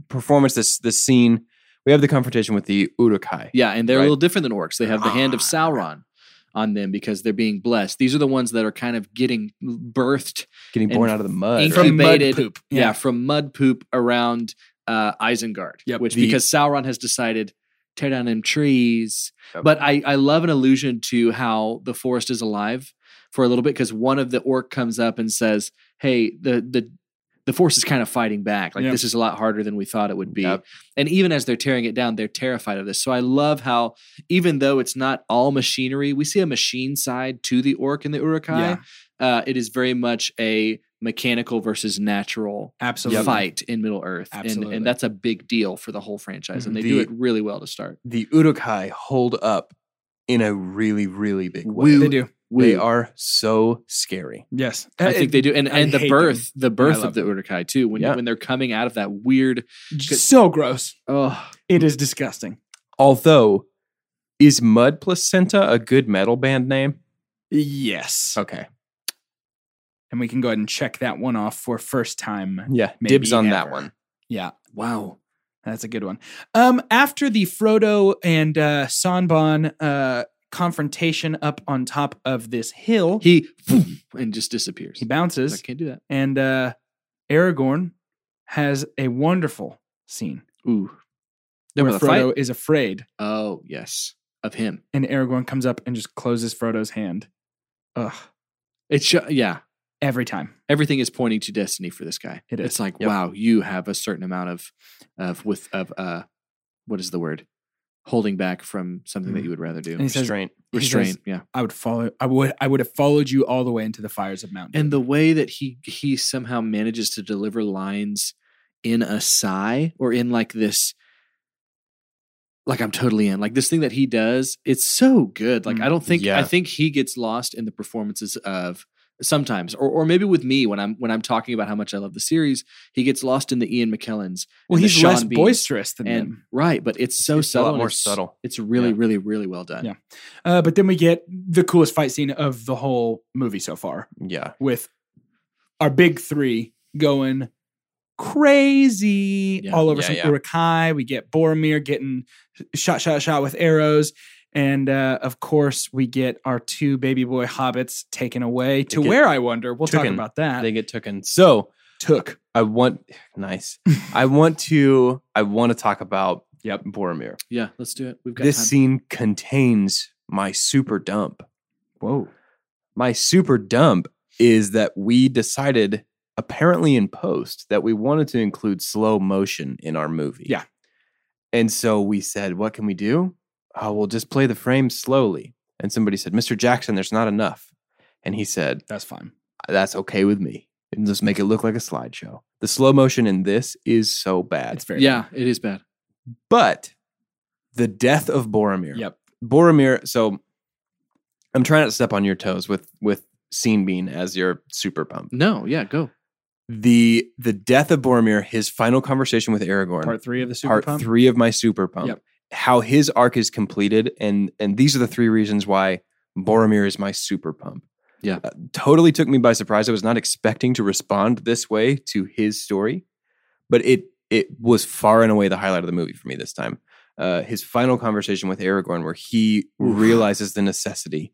S1: performance, this this scene. We have the confrontation with the Urukai.
S4: Yeah, and they're
S1: Right.
S4: a little different than orcs. They have the
S2: Ah.
S4: hand of Sauron on them because they're being blessed. These are the ones that are kind of getting birthed,
S1: getting
S4: And
S1: born out of the mud.
S2: From
S1: right?
S2: mud
S4: incubated,
S2: poop.
S4: yeah.
S2: Yeah.
S4: from mud poop around uh, Isengard.
S2: Yep.
S4: which
S1: The-
S4: because Sauron has decided tear down them trees.
S1: Yep.
S4: But I I love an allusion to how the forest is alive for a little bit because one of the orc comes up and says, "Hey, the the." The force is kind of fighting back. Like
S2: Yep.
S4: this is a lot harder than we thought it would be.
S1: Yep.
S4: And even as they're tearing it down, they're terrified of this. So I love how even though it's not all machinery, we see a machine side to the orc and the urukai. Uh, it is very much a mechanical versus natural
S2: Absolutely.
S4: fight in Middle Earth, and,
S2: Absolutely.
S4: and that's a big deal for the whole franchise. And
S1: Mhm.
S4: they do
S1: The-
S4: it really well to start.
S1: the Urukai hold up in a really, really big way.
S2: They do.
S1: They
S4: Woo.
S1: are so scary.
S2: Yes.
S4: I think they do, and
S2: I
S4: and the
S2: hate
S4: birth, the birth
S2: love
S4: of the Urukai too. When
S1: Yeah.
S4: when they're coming out of that weird,
S2: so gross.
S4: oh,
S2: It is disgusting.
S1: Although, is Mud Placenta a good metal band name?
S2: Yes.
S1: Okay.
S2: And we can go ahead and check that one off for first time.
S1: Yeah.
S2: Maybe
S1: Dibs on that
S2: ever.
S1: one.
S2: Yeah. Wow. That's a good one. Um, after the Frodo and uh, Sanbon uh, confrontation up on top of this hill, he,
S4: he and just disappears. I
S2: bounces,
S4: can't do that.
S2: and uh, Aragorn has a wonderful scene
S4: Ooh,
S2: where
S1: the
S2: Frodo is afraid,
S4: oh yes, of him.
S2: and Aragorn comes up and just closes Frodo's hand. Ugh.
S4: It's sho- yeah.
S2: Every time.
S4: Everything is pointing to destiny for this guy.
S2: It
S4: It's
S2: is.
S4: like
S1: Yep.
S4: wow, you have a certain amount of, of with of uh, what is the word? Holding back from something that you would rather do.
S2: Mm. And he says-
S1: Restraint.
S2: He says,
S4: Restraint. Yeah.
S2: I would follow. I would. I would have followed you all the way into the fires of Mount.
S4: and the
S2: Doom."
S4: way that he he somehow manages to deliver lines in a sigh or in like this like I'm totally in. Like this thing that he does, it's so good. Like I don't think I
S1: Mm, Yeah.
S4: think he gets lost in the performances of sometimes or or maybe with me when I'm when I'm talking about how much I love the series, he gets lost in the Ian McKellen's
S2: well,
S4: and the
S2: he's less
S4: Sean Beans
S2: boisterous than
S4: and
S2: them.
S4: right, but it's so
S1: It's a
S4: subtle.
S1: lot
S4: and
S1: more
S4: it's-
S1: subtle.
S4: It's really
S1: Yeah.
S4: really really well done.
S2: Yeah. Uh, but then we get the coolest fight scene of the whole movie so far,
S1: Yeah.
S2: with our big three going crazy
S4: Yeah,
S2: all over
S1: yeah,
S2: some
S1: yeah.
S2: Urukai. We get Boromir getting shot, shot, shot with arrows. And uh, of course, we get our two baby boy hobbits taken away to
S1: get
S2: where I wonder. We'll talk
S1: taken.
S2: about that.
S1: They get taken. So
S2: took.
S1: I want nice. I want to I want to talk about yep. Boromir.
S4: Yeah, let's do it. We've got
S1: This
S4: time.
S1: scene contains my super dump.
S2: Whoa.
S1: my super dump is that we decided apparently in post that we wanted to include slow motion in our movie.
S2: Yeah.
S1: And so we said, what can we do? Oh, we'll just play the frame slowly. And somebody said, Mr. Jackson, there's not enough. And he said,
S2: That's fine.
S1: that's okay with me. And just make it look like a slideshow. The slow motion in this is so bad.
S2: It's very
S4: yeah, it is bad.
S1: But the death of Boromir.
S2: Yep.
S1: Boromir. So I'm trying not to step on your toes with with scene bean as your super pump.
S4: No, yeah, go.
S1: The the death of Boromir, his final conversation with Aragorn,
S2: Part three of the super
S1: part
S2: pump.
S1: three of my super pump.
S2: Yep.
S1: How his arc is completed, and and these are the three reasons why Boromir is my super pump.
S4: Yeah.
S1: Uh, totally took me by surprise. I was not expecting to respond this way to his story, but it it was far and away the highlight of the movie for me this time. Uh, his final conversation with Aragorn, where he
S4: Oof.
S1: realizes the necessity.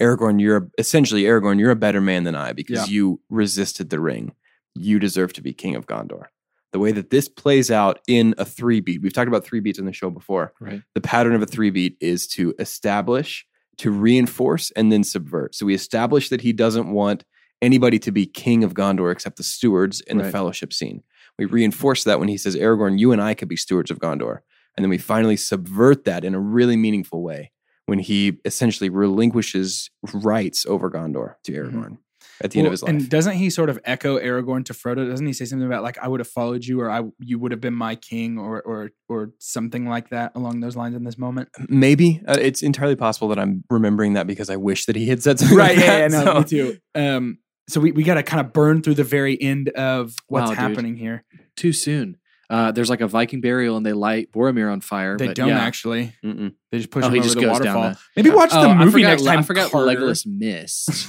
S1: Aragorn, you're a, essentially Aragorn. You're a better man than I because you resisted the ring. You deserve to be king of Gondor. The way that this plays out in a three beat, we've talked about three beats on the show before.
S4: Right.
S1: The pattern of a three beat is to establish, to reinforce, and then subvert. So we establish that he doesn't want anybody to be king of Gondor except the stewards in the
S4: Right.
S1: fellowship scene. We reinforce that when he says, Aragorn, you and I could be stewards of Gondor. And then we finally subvert that in a really meaningful way when he essentially relinquishes rights over Gondor to Aragorn at the end
S2: Mm-hmm. Well,
S1: of his life.
S2: And doesn't he sort of echo Aragorn to Frodo? Doesn't he say something about like I would have followed you, or I you would have been my king, or or or something like that along those lines in this moment?
S1: Maybe uh, it's entirely possible that I'm remembering that because I wish that he had said something. like that, so-
S2: too. Um, so we, we got to kind of burn through the very end of what's
S4: Wow, Oh, dude.
S2: happening here.
S4: Too soon. Uh, there's like a Viking burial and they light Boromir on fire.
S2: They
S4: but
S2: don't
S4: yeah.
S2: actually.
S1: Mm-mm.
S2: They just push
S4: Oh,
S2: him
S4: he
S2: over
S4: just
S2: the
S4: goes down
S2: waterfall.
S4: there.
S2: Maybe watch
S4: Oh,
S2: the
S4: I
S2: movie
S4: forgot-
S2: next time.
S4: I forgot
S2: Carter.
S4: Legolas missed.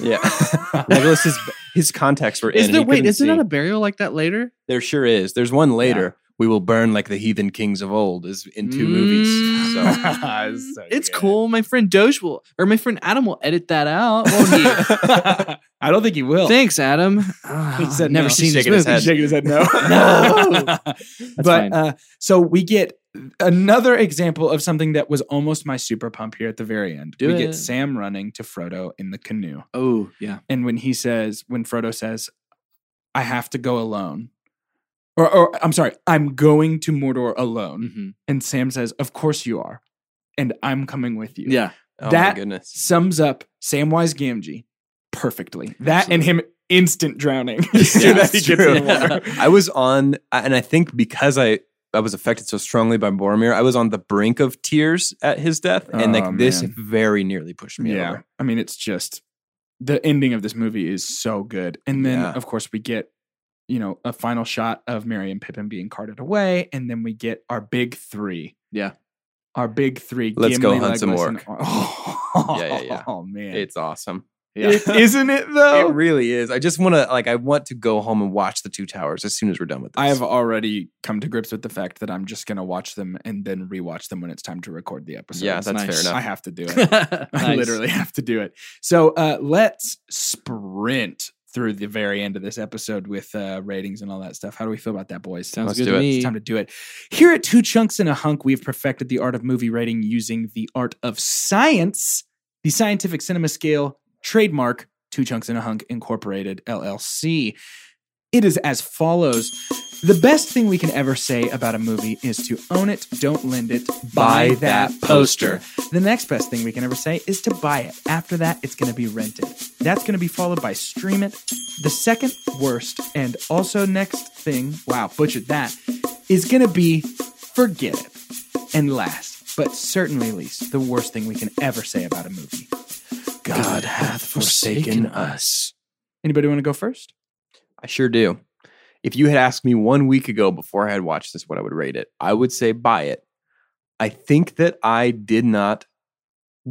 S1: Yeah. Legolas is his contacts were
S4: Is
S1: in.
S4: there
S1: he
S4: wait?
S1: couldn't
S4: Is there
S1: see.
S4: not a burial like that later?
S1: There sure is. There's one later. We will burn like the heathen kings of old is in two movies. So
S4: Mm,
S2: It's so
S4: it's
S2: good.
S4: cool. My friend Doge will, or my friend Adam will edit that out. Won't
S2: I don't think he
S4: he?
S2: will.
S4: Thanks, Adam. Ah,
S2: He said
S4: never
S2: no.
S4: seen
S1: He's
S4: this
S1: shaking his
S4: movie.
S2: He's shaking his head no.
S4: No.
S2: but
S4: fine.
S2: Uh, so we get another example of something that was almost my super pump here at the very end.
S4: Do
S2: we
S4: it.
S2: get Sam running to Frodo in the canoe.
S4: Oh yeah.
S2: And when he says, when Frodo says, I have to go alone. Or, or I'm sorry, I'm going to Mordor alone.
S1: Mm-hmm.
S4: Mhm.
S2: And Sam says, Of course you are. And I'm coming with you.
S4: Yeah.
S1: oh
S2: That-
S1: my goodness.
S2: Sums up Samwise Gamgee perfectly. That and him instant drowning. as
S1: Yeah,
S2: soon as
S1: it's
S2: he gets in
S1: true.
S2: water.
S1: I was on, I- and I think because I I was affected so strongly by Boromir, I was on the brink of tears at his death, and like
S2: Oh,
S1: this
S2: man.
S1: very nearly pushed me
S2: yeah.
S1: over.
S2: I mean, it's just the ending of this movie is so good. And then,
S1: Yeah.
S2: of course, we get, you know, a final shot of Mary and Pippin being carted away. And then we get our big three.
S4: Yeah.
S2: Our big three.
S1: Let's go
S2: Gimli,
S1: hunt some
S2: Legolas, and
S1: orc.
S2: Ar- Oh,
S1: Yeah, yeah, yeah.
S2: man.
S1: It's awesome.
S2: It- isn't it, though?
S1: It really is. I just want to like I want to go home and watch the Two Towers as soon as we're done with this.
S2: I have already come to grips with the fact that I'm just going to watch them and then rewatch them when it's time to record the episode.
S1: yeah, that's
S4: nice.
S1: fair
S2: I
S1: enough.
S2: have to do it. I
S4: Nice.
S2: literally have to do it. So uh, let's sprint through the very end of this episode with uh, ratings and all that stuff. How do we feel about that, boys?
S4: Sounds
S1: Let's
S4: good
S1: do
S4: to
S1: it.
S4: me.
S2: It's time to do it. Here at Two Chunks and a Hunk, we've perfected the art of movie rating using the art of science, the scientific cinema scale trademark, Two Chunks and a Hunk Incorporated LLC. It is as follows. The best thing we can ever say about a movie is to own it, don't lend it,
S1: Buy
S2: buy, that,
S1: that
S2: poster.
S1: poster.
S2: The next best thing we can ever say is to buy it. After that, it's going to be rented. That's going to be followed by stream it. The second worst and also next thing, wow, butchered that, is going to be forget it. And last, but certainly least, the worst thing we can ever say about a movie.
S1: God hath forsaken us.
S2: Anybody want to go first?
S1: I sure do. If you had asked me one week ago before I had watched this what I would rate it, I would say buy it. I think that I did not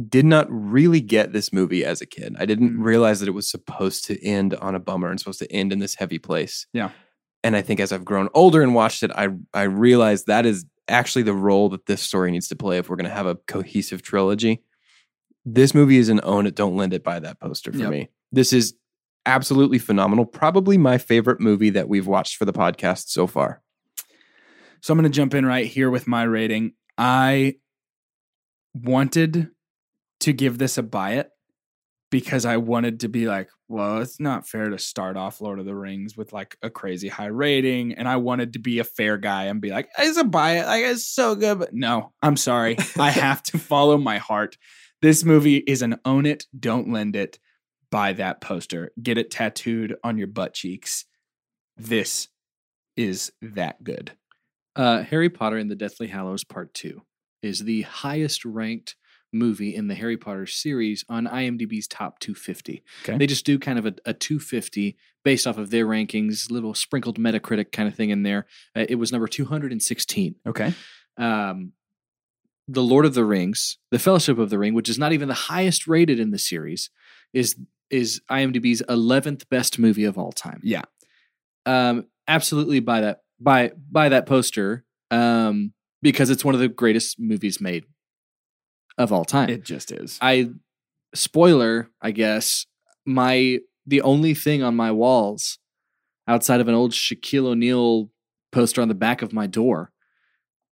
S1: did not really get this movie as a kid. I didn't
S2: Mm.
S1: realize that it was supposed to end on a bummer and supposed to end in this heavy place.
S2: Yeah.
S1: And I think as I've grown older and watched it, I I realized that is actually the role that this story needs to play if we're going to have a cohesive trilogy. This movie is an own it, don't lend it, buy that poster for
S4: Yep.
S1: me. This is absolutely phenomenal. Probably my favorite movie that we've watched for the podcast so far.
S2: So I'm going to jump in right here with my rating. I wanted to give this a buy it because I wanted to be like, well, it's not fair to start off Lord of the Rings with like a crazy high rating. And I wanted to be a fair guy and be like, it's a buy it. Like, it's so good. But no, I'm sorry. I have to follow my heart. This movie is an own it, don't lend it. Buy that poster, get it tattooed on your butt cheeks. This is that good.
S4: Uh, Harry Potter and the Deathly Hallows Part 2 is the highest ranked movie in the Harry Potter series on IMDb's top 250.
S2: Okay.
S4: They just do kind of a, a 250 based off of their rankings, little sprinkled Metacritic kind of thing in there. Uh, it was number 216.
S2: Okay.
S4: Um, the Lord of the Rings, The Fellowship of the Ring, which is not even the highest rated in the series, is is IMDb's 11th best movie of all time.
S2: Yeah.
S4: um, absolutely buy that buy buy that poster um, because it's one of the greatest movies made of all time.
S2: It just is.
S4: I spoiler, I guess my the only thing on my walls outside of an old Shaquille O'Neal poster on the back of my door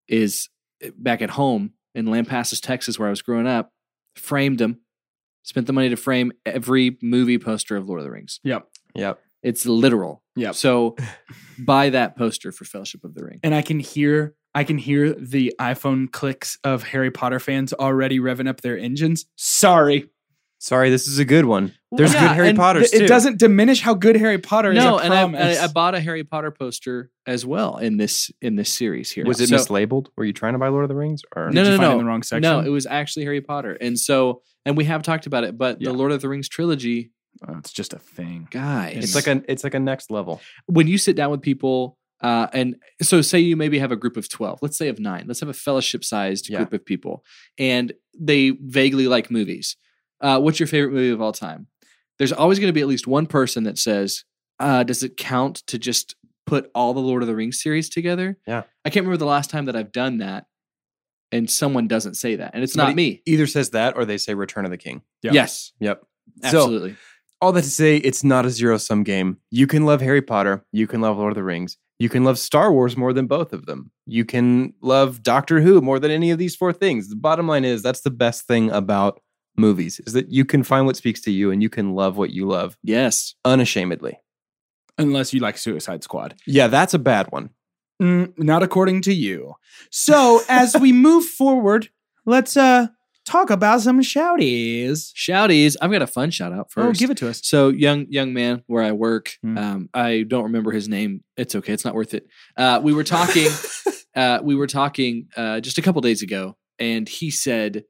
S4: is eh, back at home in Lampasas, Texas, where I was growing up. Framed them, spent the money to frame every movie poster of Lord of the Rings.
S2: Yep.
S1: Yep.
S4: It's literal.
S2: Yep.
S4: So buy that poster for Fellowship of the Ring.
S2: And I can hear I can hear the iPhone clicks of Harry Potter fans already revving up their engines. Sorry.
S1: Sorry, this is a good one. There's
S4: Yeah,
S1: good Harry
S4: and
S1: Potter's
S2: Th-
S1: too.
S2: It doesn't diminish how good Harry Potter is.
S4: No,
S2: I
S4: and I,
S2: promise.
S4: I, I bought a Harry Potter poster as well in this in this series here.
S1: Was it
S4: So-
S1: mislabeled? Were you trying to buy Lord of the Rings? Or
S2: Did
S4: No,
S2: you
S4: no,
S2: find it in
S4: no.
S2: the wrong section?
S4: No, it was actually Harry Potter. And so, and we have talked about it, but the
S2: Yeah.
S4: Lord of the Rings trilogy
S2: Oh,
S6: Uh, it's just a thing.
S4: guy.
S1: It's like a it's like a next level.
S4: when you sit down with people uh, and so say you maybe have a group of 12 let's say of 9 let's have a fellowship sized
S1: Yeah.
S4: group of people and they vaguely like movies uh, what's your favorite movie of all time there's always going to be at least one person that says uh, does it count to just put all the lord of the rings series together
S1: Yeah.
S4: i can't remember the last time that i've done that and someone doesn't say that and it's not me
S1: Somebody Either says that or they say Return of the King.
S6: Yeah.
S4: yes
S1: Yep. So
S4: absolutely
S1: all that to say, it's not a zero sum game. You can love Harry Potter. You can love Lord of the Rings. You can love Star Wars more than both of them. You can love Doctor Who more than any of these four things. The bottom line is that's the best thing about movies is that you can find what speaks to you and you can love what you love
S4: yes
S1: unashamedly.
S6: Unless you like Suicide Squad.
S1: Yeah, that's a bad one.
S2: Mm, not according to you. So as we move forward, let's uh talk about some shouties.
S4: shouties i've got a fun shout out first
S2: Oh, give it to us.
S4: So young young man where I work,
S6: Hmm.
S4: um, I don't remember his name. It's okay. It's not worth it. Uh, we were talking. uh, we were talking uh, just a couple days ago, and he said,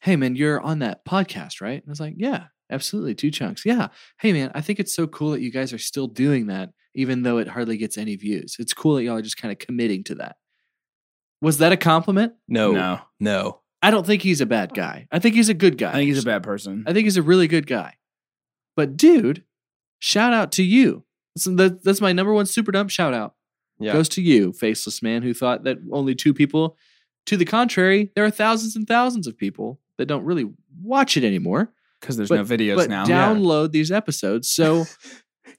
S4: "Hey man, you're on that podcast, right?" And I was like, "Yeah, absolutely. Two chunks. Yeah. Hey man, I think it's so cool that you guys are still doing that, even though it hardly gets any views. It's cool that y'all are just kind of committing to that." Was that a compliment?
S1: No.
S6: No.
S1: No.
S4: I don't think he's a bad guy. I think he's a good guy.
S6: I think he's a bad person.
S4: I think he's a really good guy. But dude, shout out to you. So that- that's my number one super dumb shout out.
S1: Yeah.
S4: Goes to you, faceless man, who thought that only two people. To the contrary, there are thousands and thousands of people that don't really watch it anymore,
S6: Because there's
S4: but-
S6: no videos
S4: but
S6: now.
S4: download these episodes. So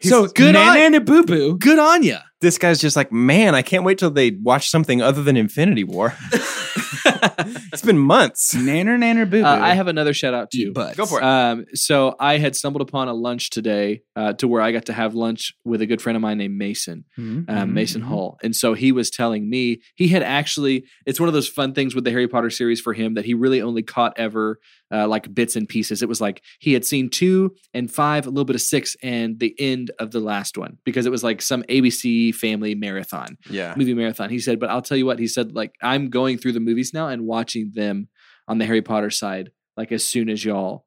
S2: so
S4: good
S2: man
S4: on-
S2: and a boo boo.
S4: good on you.
S1: this guy's just like, man, I can't wait till they watch something other than Infinity War. it's been months.
S2: Nanner nanner boo boo.
S4: Uh, I have another shout out too.
S2: but
S1: Go for it.
S4: Um, so I had stumbled upon a lunch today uh, to where I got to have lunch with a good friend of mine named Mason.
S2: hmm?
S4: uh,
S2: Mm-hmm,
S4: Mason Hall. And so he was telling me he had actually, it's one of those fun things with the Harry Potter series for him that he really only caught ever uh, like bits and pieces. It was like he had seen two and five, a little bit of six, and the end of the last one because it was like some ABC family marathon,
S1: Yeah.
S4: movie marathon. He said, but I'll tell you what, he said, like, I'm going through the movies now and watching them on the Harry Potter side, like as soon as y'all.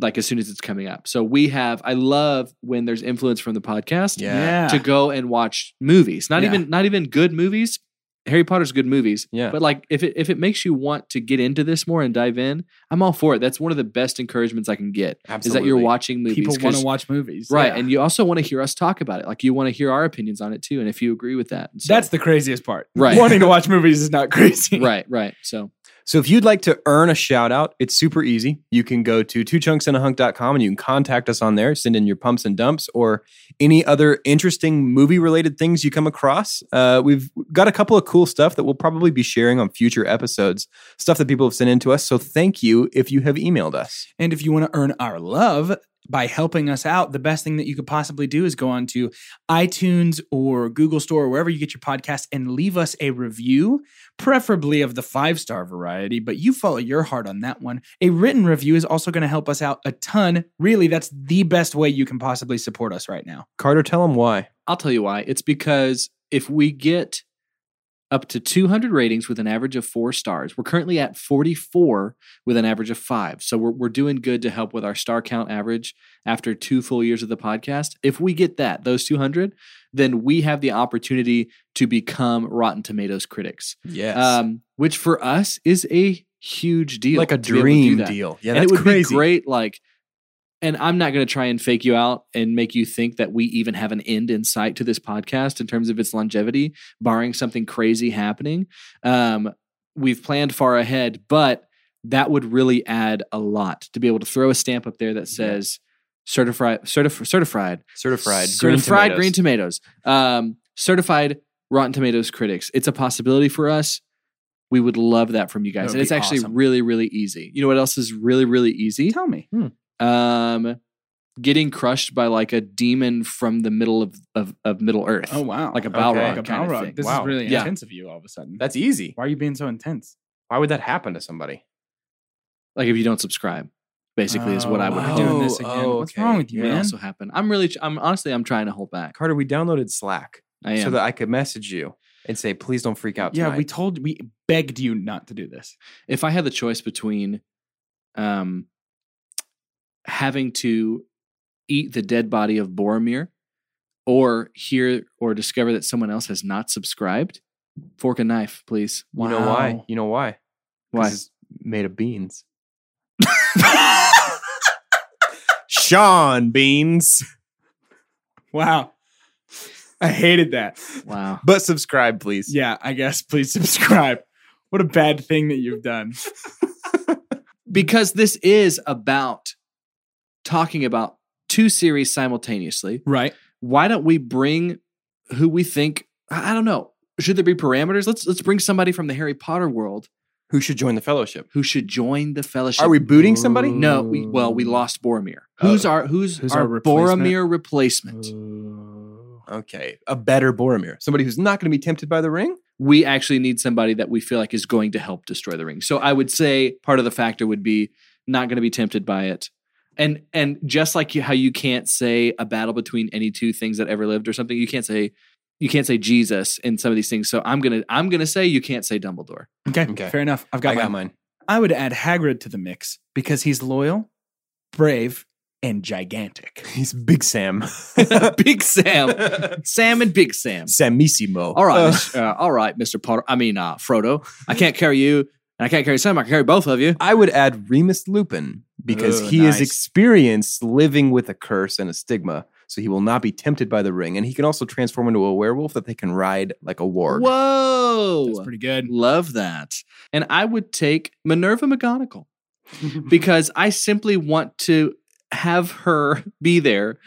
S4: Like as soon as it's coming up. So we have, I love when there's influence from the podcast
S1: Yeah.
S4: to go and watch movies. Not
S6: Yeah.
S4: even not even good movies. Harry Potter's good movies.
S1: Yeah.
S4: But like if it if it makes you want to get into this more and dive in, I'm all for it. That's one of the best encouragements I can get. Is that you're
S1: Absolutely.
S4: watching movies.
S2: people want
S4: 'cause-
S2: to watch movies.
S4: Right.
S2: Yeah.
S4: And you also want to hear us talk about it. Like you want to hear our opinions on it too. And if you agree with that. And so-
S2: that's the craziest part.
S4: Right.
S2: Wanting to watch movies is not crazy.
S4: right, right. So
S1: So if you'd like to earn a shout out, it's super easy. You can go to twochunksandahunk.com and you can contact us on there, send in your pumps and dumps or any other interesting movie related things you come across. Uh, we've got a couple of cool stuff that we'll probably be sharing on future episodes, stuff that people have sent in to us. So thank you if you have emailed us.
S2: And if you want to earn our love by helping us out, the best thing that you could possibly do is go on to iTunes or Google Store or wherever you get your podcast and leave us a review, preferably of the five star variety, but you follow your heart on that one. A written review is also going to help us out a ton. Really, that's the best way you can possibly support us right now.
S1: Carter, tell them why.
S4: I'll tell you why. It's because if we get up to 200 ratings with an average of four stars, we're currently at 44 with an average of five. So we're, we're doing good to help with our star count average after two full years of the podcast. If we get that, those 200, then we have the opportunity to become Rotten Tomatoes critics,
S1: Yes.
S4: um, which for us is a huge deal.
S1: like a
S4: to be able to do
S1: dream
S4: that
S1: deal. Yeah,
S4: and
S1: that's
S4: it would
S1: crazy.
S4: be great like and i'm not going to try and fake you out and make you think that we even have an end in sight to this podcast in terms of its longevity barring something crazy happening um, we've planned far ahead but that would really add a lot to be able to throw a stamp up there that says certified certified certified
S1: Certified. green
S4: certified green
S1: tomatoes.
S4: tomatoes um, certified rotten tomatoes critics it's a possibility for us we would love that from you
S6: That
S4: guys
S6: would
S4: and it's
S6: be
S4: actually
S6: awesome.
S4: really really easy you know what else is really really easy
S2: Tell me.
S4: um getting crushed by like a demon from the middle of of, of middle earth
S6: Oh.
S2: wow.
S4: Like a Balrog
S2: Like a
S4: kind of
S2: Balrog.
S4: thing.
S2: This
S1: Oh, Wow.
S2: is really
S4: Yeah.
S2: intense of you all of a sudden.
S1: That's easy.
S2: Why are you being so intense?
S1: Why would that happen to somebody?
S4: like if you don't subscribe basically is what i would
S2: be
S4: be
S1: Oh,
S4: doing
S2: doing
S4: this
S2: this again.
S1: oh,
S2: What's
S1: okay.
S2: wrong with you,
S4: It
S2: man?
S4: also happen i'm really i'm honestly i'm trying to hold back
S1: Carter, we downloaded Slack
S4: i am
S1: so that I could message you and say, please don't freak out.
S2: Yeah,
S1: tonight."
S2: we told we begged you not to do this.
S4: if i had the choice between um having to eat the dead body of Boromir, or hear or discover that someone else has not subscribed, fork a knife, please.
S1: You know why?
S7: Wow.
S1: You know why? 'Cause
S4: Why?
S1: It's made of beans. Sean Beans.
S2: Wow. I hated that.
S4: Wow.
S1: But subscribe, please.
S2: Yeah, I guess please subscribe. What a bad thing that you've done.
S4: Because this is about talking about two series simultaneously.
S2: Right.
S4: Why don't we bring who we think? I I don't know. Should there be parameters? Let's let's bring somebody from the Harry Potter world
S1: Who should join the fellowship?
S4: who should join the fellowship.
S1: Are we booting somebody?
S4: No, we well, we lost Boromir.
S1: Oh.
S4: Who's our who's,
S2: Who's
S4: our,
S2: our replacement?
S4: Boromir replacement?
S1: Okay. A better Boromir. Somebody who's not going to be tempted by the ring?
S4: We actually need somebody that we feel like is going to help destroy the ring. So I would say part of the factor would be not going to be tempted by it. And and just like you, how you can't say a battle between any two things that ever lived or something, you can't say you can't say Jesus in some of these things. So I'm gonna I'm gonna say you can't say Dumbledore.
S2: Okay,
S1: Okay.
S2: fair enough. I've got,
S1: I got
S2: mine.
S1: mine.
S2: I would add Hagrid to the mix because he's loyal, brave, and gigantic.
S1: He's Big Sam.
S4: Big Sam, Sam and Big Sam.
S1: Samissimo.
S4: All right,
S1: Uh,
S4: Mis- uh, all right, Mr. Potter. I mean, uh, Frodo. I can't carry you, and I can't carry Sam. I can carry both of you.
S1: I would add Remus Lupin because
S2: Ooh,
S1: he
S2: nice.
S1: is experienced living with a curse and a stigma, so he will not be tempted by the ring, and he can also transform into a werewolf that they can ride like a ward.
S4: Whoa!
S2: That's pretty good.
S4: Love that. And I would take Minerva McGonagall because I simply want to have her be there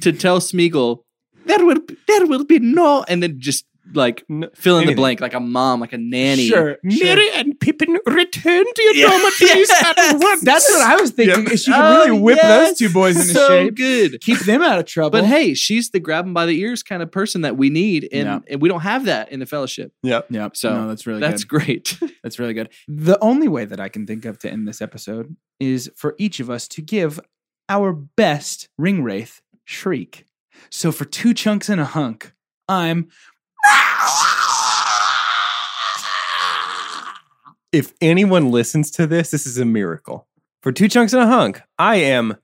S4: to tell Smeagol there will there will be no, and then just like
S1: No-
S4: fill in the
S1: anything.
S4: blank like a mom, like a nanny.
S2: Sure, sure.
S1: and Pippin return to your
S4: Yeah. dormitories at Yes. once.
S2: That's what I was thinking.
S1: Yep.
S2: If She can really
S4: Oh,
S2: whip
S4: yes.
S2: those two boys into
S4: so
S2: shape.
S4: good.
S2: Keep them out of trouble.
S4: But hey, she's the grab 'em by the ears kind of person that we need, and,
S2: Yeah.
S4: and we don't have that in the fellowship.
S2: yep.
S4: so,
S2: So no, that's really
S4: That's
S2: good.
S4: great.
S2: That's really good. The only way that I can think of to end this episode is for each of us to give our best ring wraith shriek. So for two chunks and a hunk, I'm
S1: If anyone listens to this, this is a miracle. For two chunks and a hunk, I am.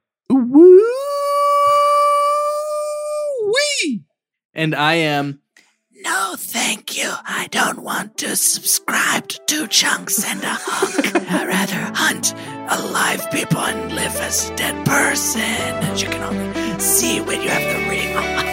S4: and I am
S8: No, thank you. I don't want to subscribe to two chunks and a hunk. I'd rather hunt alive people and live as a dead person, as you can only see when you have the ring on.